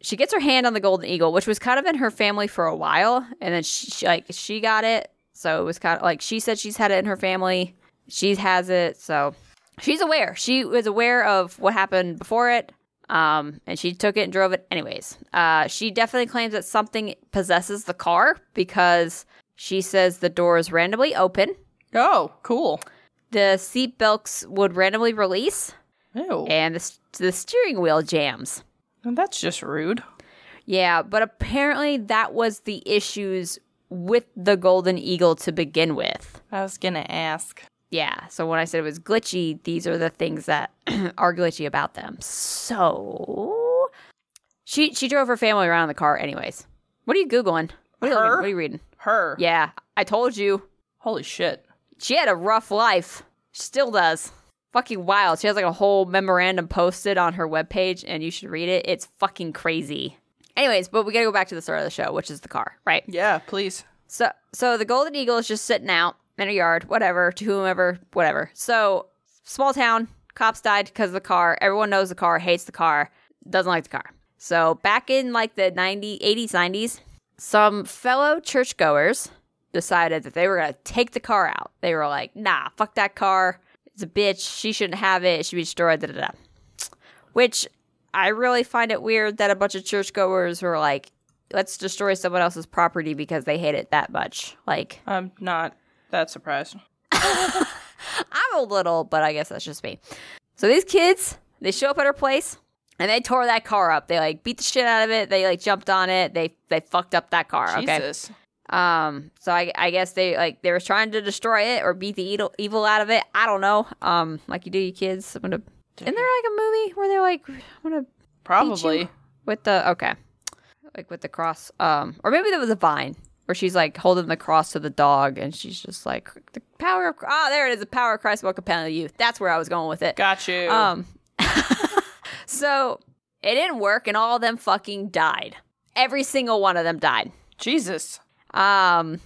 [SPEAKER 1] she gets her hand on the golden eagle, which was kind of in her family for a while, and then she, she like she got it, so it was kind of like she said she's had it in her family. She has it, so she's aware. She was aware of what happened before it, um, and she took it and drove it anyways. Uh, she definitely claims that something possesses the car because she says the doors randomly open,
[SPEAKER 2] Oh, cool.
[SPEAKER 1] the seat belts would randomly release,
[SPEAKER 2] Ew.
[SPEAKER 1] and the, s- the steering wheel jams.
[SPEAKER 2] Well, that's just rude.
[SPEAKER 1] Yeah, but apparently that was the issues with the Golden Eagle to begin with.
[SPEAKER 2] I was gonna ask.
[SPEAKER 1] Yeah, so when I said it was glitchy, these are the things that are glitchy about them. So she she drove her family around in the car anyways. What are you googling? What are you, looking-
[SPEAKER 2] Her?
[SPEAKER 1] what are you reading?
[SPEAKER 2] Her.
[SPEAKER 1] Yeah, I told you.
[SPEAKER 2] Holy shit.
[SPEAKER 1] She had a rough life. She still does. Fucking wild. She has like a whole memorandum posted on her webpage and you should read it. It's fucking crazy. Anyways, but we got to go back to the start of the show, which is the car, right?
[SPEAKER 2] Yeah, please.
[SPEAKER 1] So so the golden eagle is just sitting out in her yard, whatever, to whomever, whatever. So small town, cops died because of the car. Everyone knows the car, hates the car, doesn't like the car. So back in like the 90, 80s, 90s, some fellow churchgoers decided that they were going to take the car out. They were like, nah, fuck that car. It's a bitch. She shouldn't have it. It should be destroyed. Da, da, da. Which I really find it weird that a bunch of churchgoers were like, let's destroy someone else's property because they hate it that much. Like,
[SPEAKER 2] I'm not that surprised.
[SPEAKER 1] I'm a little, but I guess that's just me. So these kids, they show up at her place and they tore that car up. They like beat the shit out of it. They like jumped on it. They they fucked up that car. Okay.
[SPEAKER 2] Jesus.
[SPEAKER 1] Um. So I I guess they like they were trying to destroy it or beat the evil evil out of it. I don't know. Um. Like you do, you kids. I'm gonna. Isn't there like a movie where they're like, I'm gonna
[SPEAKER 2] Probably.
[SPEAKER 1] with the okay, like with the cross. Um. Or maybe that was a vine. Where she's like holding the cross to the dog, and she's just like the power of ah, there it is, the power of Christ will compel you. That's where I was going with it.
[SPEAKER 2] Got you.
[SPEAKER 1] Um, so it didn't work, and all of them fucking died. Every single one of them died.
[SPEAKER 2] Jesus.
[SPEAKER 1] Um,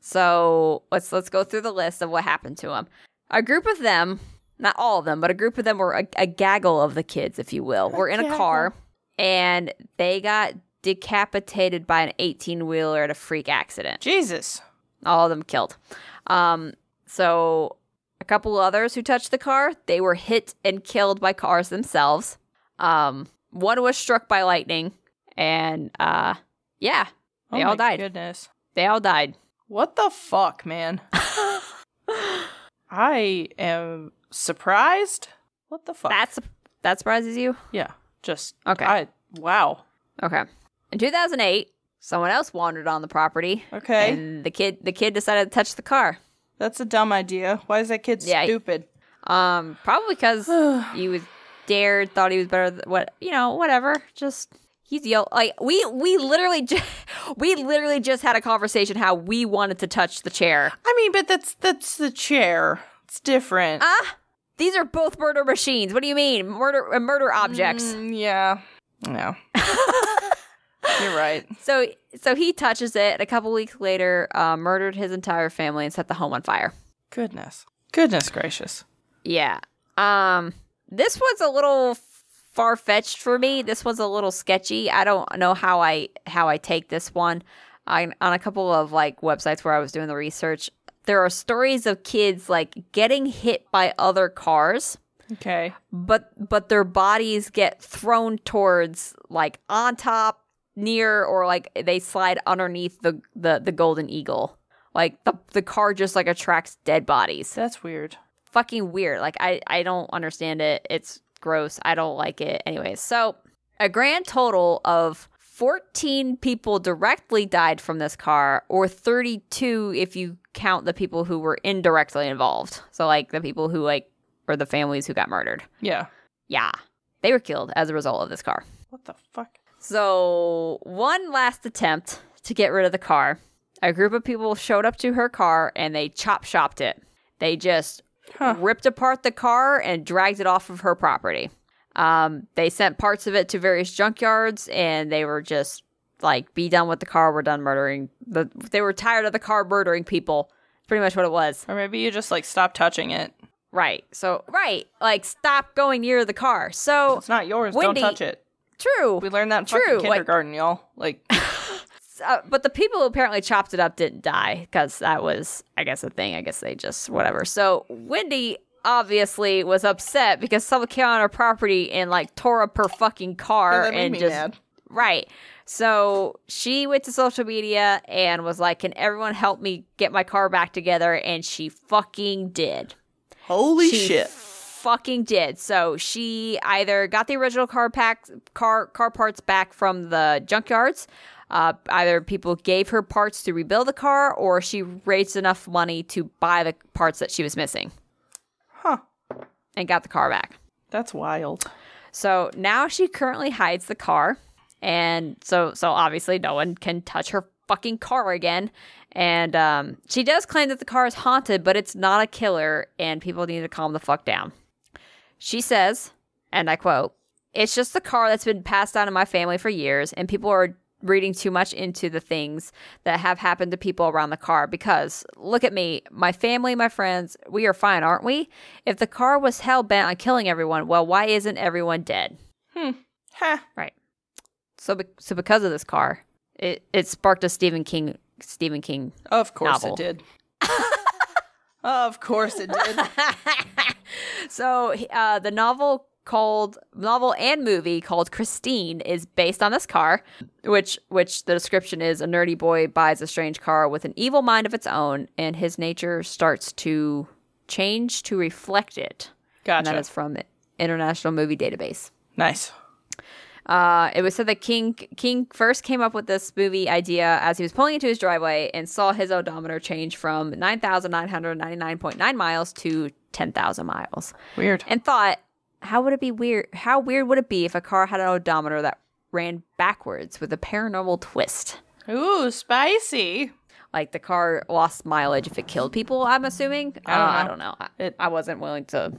[SPEAKER 1] so let's let's go through the list of what happened to them. A group of them, not all of them, but a group of them were a, a gaggle of the kids, if you will, were in a car, and they got decapitated by an eighteen wheeler at a freak accident
[SPEAKER 2] Jesus.
[SPEAKER 1] all of them killed. Um, so a couple others who touched the car, they were hit and killed by cars themselves. Um, one was struck by lightning, and uh, yeah, They
[SPEAKER 2] oh
[SPEAKER 1] all
[SPEAKER 2] my
[SPEAKER 1] died.
[SPEAKER 2] Goodness.
[SPEAKER 1] they all died.
[SPEAKER 2] What the fuck, man? I am surprised. What the fuck?
[SPEAKER 1] That's that surprises you.
[SPEAKER 2] yeah. Just
[SPEAKER 1] Okay.
[SPEAKER 2] I wow.
[SPEAKER 1] Okay. In 2008, someone else wandered on the property,
[SPEAKER 2] Okay.
[SPEAKER 1] and the kid the kid decided to touch the car.
[SPEAKER 2] That's a dumb idea. Why is that kid
[SPEAKER 1] Yeah.
[SPEAKER 2] stupid?
[SPEAKER 1] Um, probably because he was dared, thought he was better. Th- what you know, whatever. Just He's yell like we we literally just, we literally just had a conversation how we wanted to touch the chair.
[SPEAKER 2] I mean, but that's that's the chair. It's different.
[SPEAKER 1] Ah, these are both murder machines. What do you mean murder uh, murder objects?
[SPEAKER 2] Mm, yeah. No. You're right.
[SPEAKER 1] So so he touches it. and A couple weeks later, uh, murdered his entire family and set the home on fire.
[SPEAKER 2] Goodness. Goodness gracious.
[SPEAKER 1] Yeah. Um this one's a little far fetched for me. This one's a little sketchy. I don't know how I how I take this one. I, on a couple of like websites where I was doing the research, there are stories of kids like getting hit by other cars,
[SPEAKER 2] Okay.
[SPEAKER 1] but but their bodies get thrown towards like on top, near or like they slide underneath the the, the golden eagle. Like the the car just like attracts dead bodies
[SPEAKER 2] That's weird.
[SPEAKER 1] fucking weird. Like I I don't understand it. It's gross. I don't like it. Anyways, so a grand total of 14 people directly died from this car or 32 if you count the people who were indirectly involved. So like the people who like or the families who got murdered.
[SPEAKER 2] Yeah.
[SPEAKER 1] Yeah. They were killed as a result of this car.
[SPEAKER 2] What the fuck?
[SPEAKER 1] So, one last attempt to get rid of the car. A group of people showed up to her car and they chop shopped it. They just
[SPEAKER 2] Huh.
[SPEAKER 1] ripped apart the car and dragged it off of her property. Um, they sent parts of it to various junkyards and they were just like, be done with the car. We're done murdering. The, they were tired of the car murdering people. Pretty much what it was.
[SPEAKER 2] Or maybe you just like stop touching it.
[SPEAKER 1] Right. So, right. Like, stop going near the car. So,
[SPEAKER 2] It's not yours.
[SPEAKER 1] Wendy-
[SPEAKER 2] Don't touch it.
[SPEAKER 1] true.
[SPEAKER 2] We learned that in
[SPEAKER 1] True,
[SPEAKER 2] fucking
[SPEAKER 1] like-
[SPEAKER 2] kindergarten, y'all. Like,
[SPEAKER 1] uh, but the people who apparently chopped it up didn't die because that was, I guess, a thing. I guess they just whatever. So Wendy obviously was upset because someone came on her property and like tore up her fucking car
[SPEAKER 2] that made
[SPEAKER 1] and
[SPEAKER 2] me
[SPEAKER 1] just
[SPEAKER 2] mad.
[SPEAKER 1] right. So she went to social media and was like, "Can everyone help me get my car back together?" And she fucking did
[SPEAKER 2] Holy
[SPEAKER 1] she
[SPEAKER 2] shit.
[SPEAKER 1] Fucking did. So she either got the original car pack car car parts back from the junkyards. Uh, either people gave her parts to rebuild the car, or she raised enough money to buy the parts that she was missing
[SPEAKER 2] Huh.
[SPEAKER 1] and got the car back.
[SPEAKER 2] That's wild.
[SPEAKER 1] So now she currently hides the car, and so so obviously no one can touch her fucking car again. And um, she does claim that the car is haunted, but it's not a killer, and people need to calm the fuck down. She says, and I quote, "It's just the car that's been passed down in my family for years, and people are." Reading too much into the things that have happened to people around the car because look at me, my family, my friends, we are fine, aren't we? If the car was hell bent on killing everyone, well, why isn't everyone dead?
[SPEAKER 2] Huh.
[SPEAKER 1] So, be- so because of this car, it, it sparked a Stephen King Stephen King.
[SPEAKER 2] Of course
[SPEAKER 1] Novel.
[SPEAKER 2] it did. of course it did.
[SPEAKER 1] so he- uh, the novel called novel and movie called Christine is based on this car, which which the description is a nerdy boy buys a strange car with an evil mind of its own, and his nature starts to change to reflect it. And that
[SPEAKER 2] Gotcha.
[SPEAKER 1] is from the International Movie Database.
[SPEAKER 2] nice.
[SPEAKER 1] Uh, it was said that King King first came up with this movie idea as he was pulling into his driveway and saw his odometer change from 9,999.9 miles to 10,000 miles
[SPEAKER 2] Weird.
[SPEAKER 1] and thought, how would it be weird? How weird would it be if a car had an odometer that ran backwards with a paranormal twist?
[SPEAKER 2] Ooh, spicy.
[SPEAKER 1] Like the car lost mileage if it killed people, I'm assuming. I
[SPEAKER 2] don't
[SPEAKER 1] uh, I
[SPEAKER 2] know.
[SPEAKER 1] don't know. I,
[SPEAKER 2] It-
[SPEAKER 1] I wasn't willing to.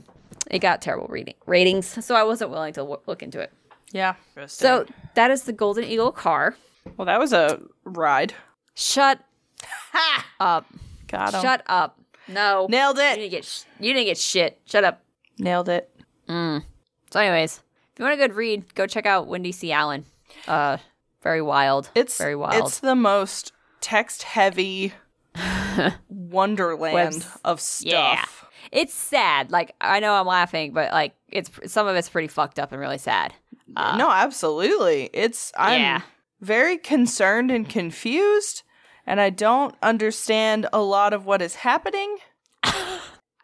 [SPEAKER 1] It got terrible reading ratings, so I wasn't willing to w- look into it.
[SPEAKER 2] Yeah.
[SPEAKER 1] So that is the Golden Eagle car.
[SPEAKER 2] well, that was a ride.
[SPEAKER 1] Shut up.
[SPEAKER 2] Got him.
[SPEAKER 1] Shut up. No.
[SPEAKER 2] Oh. Nailed
[SPEAKER 1] You
[SPEAKER 2] it.
[SPEAKER 1] didn't get sh- you didn't get shit. Shut up.
[SPEAKER 2] Nailed it.
[SPEAKER 1] So anyways, if you want a good read, go check out Wendy C. Allen. Uh very wild.
[SPEAKER 2] It's
[SPEAKER 1] very wild.
[SPEAKER 2] It's the most text heavy wonderland
[SPEAKER 1] Webs-
[SPEAKER 2] of stuff.
[SPEAKER 1] it's sad. Like I know I'm laughing, but like it's some of it's pretty fucked up and really sad. Uh,
[SPEAKER 2] no, absolutely. It's I'm
[SPEAKER 1] Yeah.
[SPEAKER 2] very concerned and confused, and I don't understand a lot of what is happening.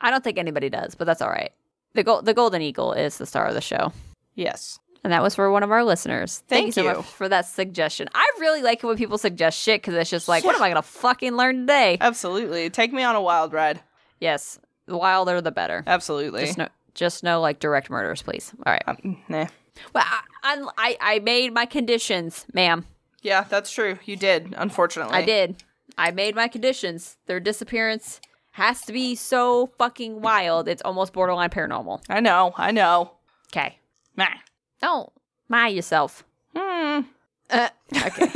[SPEAKER 1] I don't think anybody does, but that's all right. The gold the golden eagle is the star of the show.
[SPEAKER 2] Yes.
[SPEAKER 1] And that was for one of our listeners. Thank,
[SPEAKER 2] Thank
[SPEAKER 1] you so
[SPEAKER 2] you.
[SPEAKER 1] much for that suggestion. I really like it when people suggest shit because it's just like, what am I gonna fucking learn today?
[SPEAKER 2] Absolutely. Take me on a wild ride.
[SPEAKER 1] Yes, the wilder the better.
[SPEAKER 2] Absolutely.
[SPEAKER 1] Just no, just no like direct murders, please. All right.
[SPEAKER 2] Um, nah.
[SPEAKER 1] Well, I, I, I made my conditions, ma'am.
[SPEAKER 2] Yeah, that's true. You did, unfortunately.
[SPEAKER 1] I did. I made my conditions. Their disappearance has to be so fucking wild. It's almost borderline paranormal.
[SPEAKER 2] I know. I know.
[SPEAKER 1] Okay.
[SPEAKER 2] Meh.
[SPEAKER 1] Don't lie yourself.
[SPEAKER 2] Hmm.
[SPEAKER 1] Uh, okay.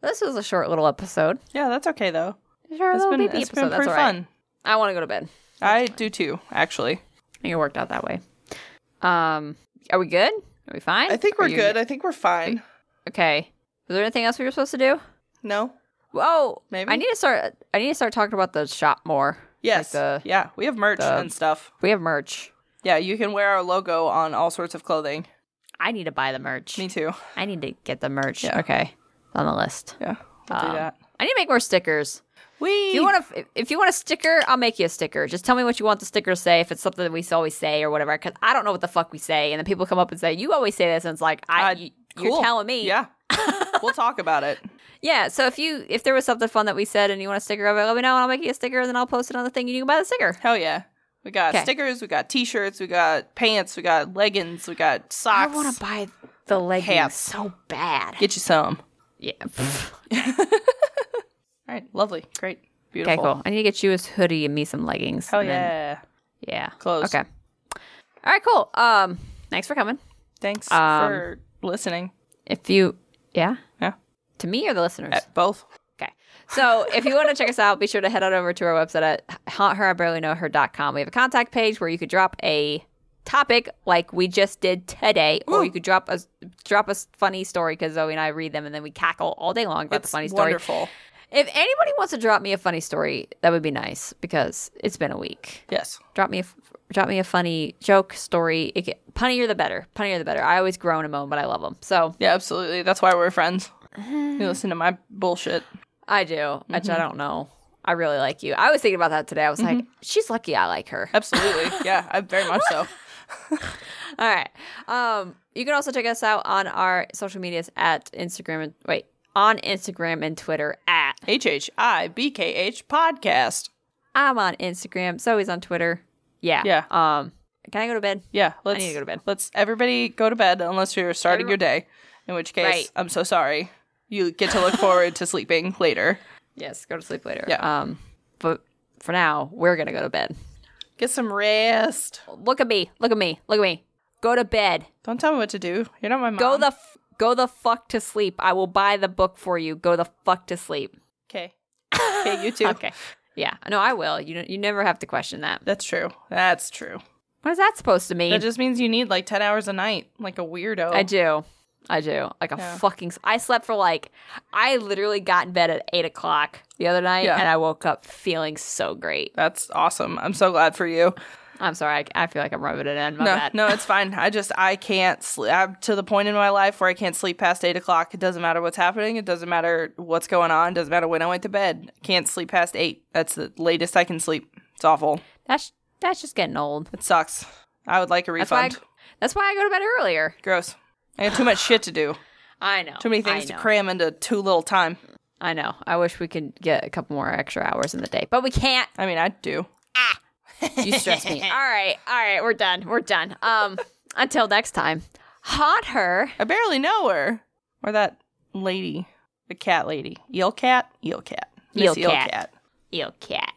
[SPEAKER 1] this was a short little episode.
[SPEAKER 2] Yeah, that's okay though.
[SPEAKER 1] Short
[SPEAKER 2] It's
[SPEAKER 1] little
[SPEAKER 2] been,
[SPEAKER 1] baby
[SPEAKER 2] it's been
[SPEAKER 1] episode.
[SPEAKER 2] pretty
[SPEAKER 1] That's all right.
[SPEAKER 2] fun.
[SPEAKER 1] I want to go to bed.
[SPEAKER 2] I do too, actually.
[SPEAKER 1] I think it worked out that way. Um, are we good? Are we fine?
[SPEAKER 2] I think
[SPEAKER 1] Are
[SPEAKER 2] we're
[SPEAKER 1] you-
[SPEAKER 2] good. I think we're fine.
[SPEAKER 1] Okay. Was there anything else we were supposed to do?
[SPEAKER 2] No.
[SPEAKER 1] Whoa,
[SPEAKER 2] Maybe.
[SPEAKER 1] I need to start. I need to start talking about the shop more.
[SPEAKER 2] Yes.
[SPEAKER 1] the-
[SPEAKER 2] yeah, we have merch
[SPEAKER 1] the-
[SPEAKER 2] and stuff.
[SPEAKER 1] We have merch.
[SPEAKER 2] Yeah, you can wear our logo on all sorts of clothing.
[SPEAKER 1] I need to buy the merch.
[SPEAKER 2] Me too.
[SPEAKER 1] I need to get the merch. Okay, on the list.
[SPEAKER 2] Yeah, we'll do
[SPEAKER 1] Um,
[SPEAKER 2] that.
[SPEAKER 1] I need to make more stickers.
[SPEAKER 2] We.
[SPEAKER 1] If you want to, if you want a sticker, I'll make you a sticker. Just tell me what you want the sticker to say. If it's something that we always say or whatever, because I don't know what the fuck we say, and then people come up and say, "You always say this," and it's like, "I,
[SPEAKER 2] Uh,
[SPEAKER 1] you,
[SPEAKER 2] cool.
[SPEAKER 1] you're telling me."
[SPEAKER 2] Yeah. we'll talk about it.
[SPEAKER 1] Yeah, so if you if there was something fun that we said and you want a sticker of it, let me know and I'll make you a sticker and then I'll post it on the thing and you can buy the sticker.
[SPEAKER 2] Hell yeah. We got
[SPEAKER 1] 'Kay.
[SPEAKER 2] stickers, we got t shirts, we got pants, we got leggings, we got
[SPEAKER 1] I
[SPEAKER 2] socks.
[SPEAKER 1] want to buy the leggings
[SPEAKER 2] Hats.
[SPEAKER 1] so bad.
[SPEAKER 2] Get you some.
[SPEAKER 1] yeah.
[SPEAKER 2] All right. Lovely. Great.
[SPEAKER 1] okay,
[SPEAKER 2] Beautiful.
[SPEAKER 1] cool. I need to get you a hoodie and me some leggings.
[SPEAKER 2] Hell
[SPEAKER 1] and then-
[SPEAKER 2] yeah.
[SPEAKER 1] yeah.
[SPEAKER 2] Clothes.
[SPEAKER 1] Okay. All right, cool. Um thanks for coming.
[SPEAKER 2] Thanks
[SPEAKER 1] Um,
[SPEAKER 2] for listening.
[SPEAKER 1] If you yeah.
[SPEAKER 2] Yeah. Uh,
[SPEAKER 1] To me or the listeners?
[SPEAKER 2] At both.
[SPEAKER 1] Okay. So if you want to check us out, be sure to head on over to our website at hauntherIbarelyknowher.com. We have a contact page where you could drop a topic like we just did today, or you could drop a drop a funny story because Zoe and I read them and then we cackle all day long about the funny story.
[SPEAKER 2] Wonderful.
[SPEAKER 1] If anybody wants to drop me a funny story, that would be nice because it's been a week.
[SPEAKER 2] Yes.
[SPEAKER 1] Drop me a f- drop me a funny joke story. It can, punnier the better. Punnier the better. I always groan and moan, but I love them. So
[SPEAKER 2] Yeah, absolutely. That's why we're friends. You
[SPEAKER 1] Uh.
[SPEAKER 2] listen to my bullshit.
[SPEAKER 1] I do, which I don't know. I really like you. I was thinking about that today. I was like, she's lucky I like her.
[SPEAKER 2] Absolutely. yeah, I very much so.
[SPEAKER 1] All right. Um, you can also check us out on our social medias at Instagram and wait on Instagram and Twitter at
[SPEAKER 2] H H I B K H podcast.
[SPEAKER 1] I'm on Instagram. Zoe's on Twitter. Yeah.
[SPEAKER 2] Yeah.
[SPEAKER 1] Um, can I go to bed?
[SPEAKER 2] Yeah, let's
[SPEAKER 1] need to go to bed.
[SPEAKER 2] Let's everybody go to bed unless you're starting your day, in which case
[SPEAKER 1] Right.
[SPEAKER 2] I'm so sorry. You get to look forward to sleeping later.
[SPEAKER 1] Yes. Go to sleep later.
[SPEAKER 2] Yeah.
[SPEAKER 1] Um, but for now, we're gonna go to bed.
[SPEAKER 2] Get some rest.
[SPEAKER 1] Look at me. Look at me. Look at me. Go to bed.
[SPEAKER 2] Don't tell me what to do. You're not my mom.
[SPEAKER 1] Go the f- go the fuck to sleep. I will buy the book for you. Go the fuck to sleep.
[SPEAKER 2] okay. Okay, you too.
[SPEAKER 1] Okay. Yeah. No, I will. You don't- you never have to question that.
[SPEAKER 2] That's true. That's true.
[SPEAKER 1] What is that supposed to mean?
[SPEAKER 2] That just means you need like ten hours a night, like a weirdo.
[SPEAKER 1] I do. I do. Like a
[SPEAKER 2] Yeah.
[SPEAKER 1] fucking. s- I slept for like. I literally got in bed at eight o'clock the other night,
[SPEAKER 2] Yeah.
[SPEAKER 1] and I woke up feeling so great.
[SPEAKER 2] That's awesome. I'm so glad for you.
[SPEAKER 1] I'm sorry. I, I feel like I'm rubbing it in. My
[SPEAKER 2] no,
[SPEAKER 1] bad.
[SPEAKER 2] no, it's fine. I just I can't sleep. I'm to the point in my life where I can't sleep past eight o'clock. It doesn't matter what's happening. It doesn't matter what's going on. It doesn't matter when I went to bed. Can't sleep past eight. That's the latest I can sleep. It's awful.
[SPEAKER 1] That's that's just getting old.
[SPEAKER 2] It sucks. I would like a
[SPEAKER 1] That's why. I,
[SPEAKER 2] refund.
[SPEAKER 1] that's why I go to bed earlier.
[SPEAKER 2] Gross. I got too much shit to do.
[SPEAKER 1] I know.
[SPEAKER 2] Too
[SPEAKER 1] I
[SPEAKER 2] many things to
[SPEAKER 1] know.
[SPEAKER 2] cram into too little time.
[SPEAKER 1] I know. I wish we could get a couple more extra hours in the day, but we can't.
[SPEAKER 2] I mean, I do.
[SPEAKER 1] Ah! You stress me. all right. All right. We're done. We're done. Um. until next time. Haunt her.
[SPEAKER 2] I barely know her. Or that lady, the cat lady, eel cat, eel cat, Miss
[SPEAKER 1] Eel cat. Eel cat.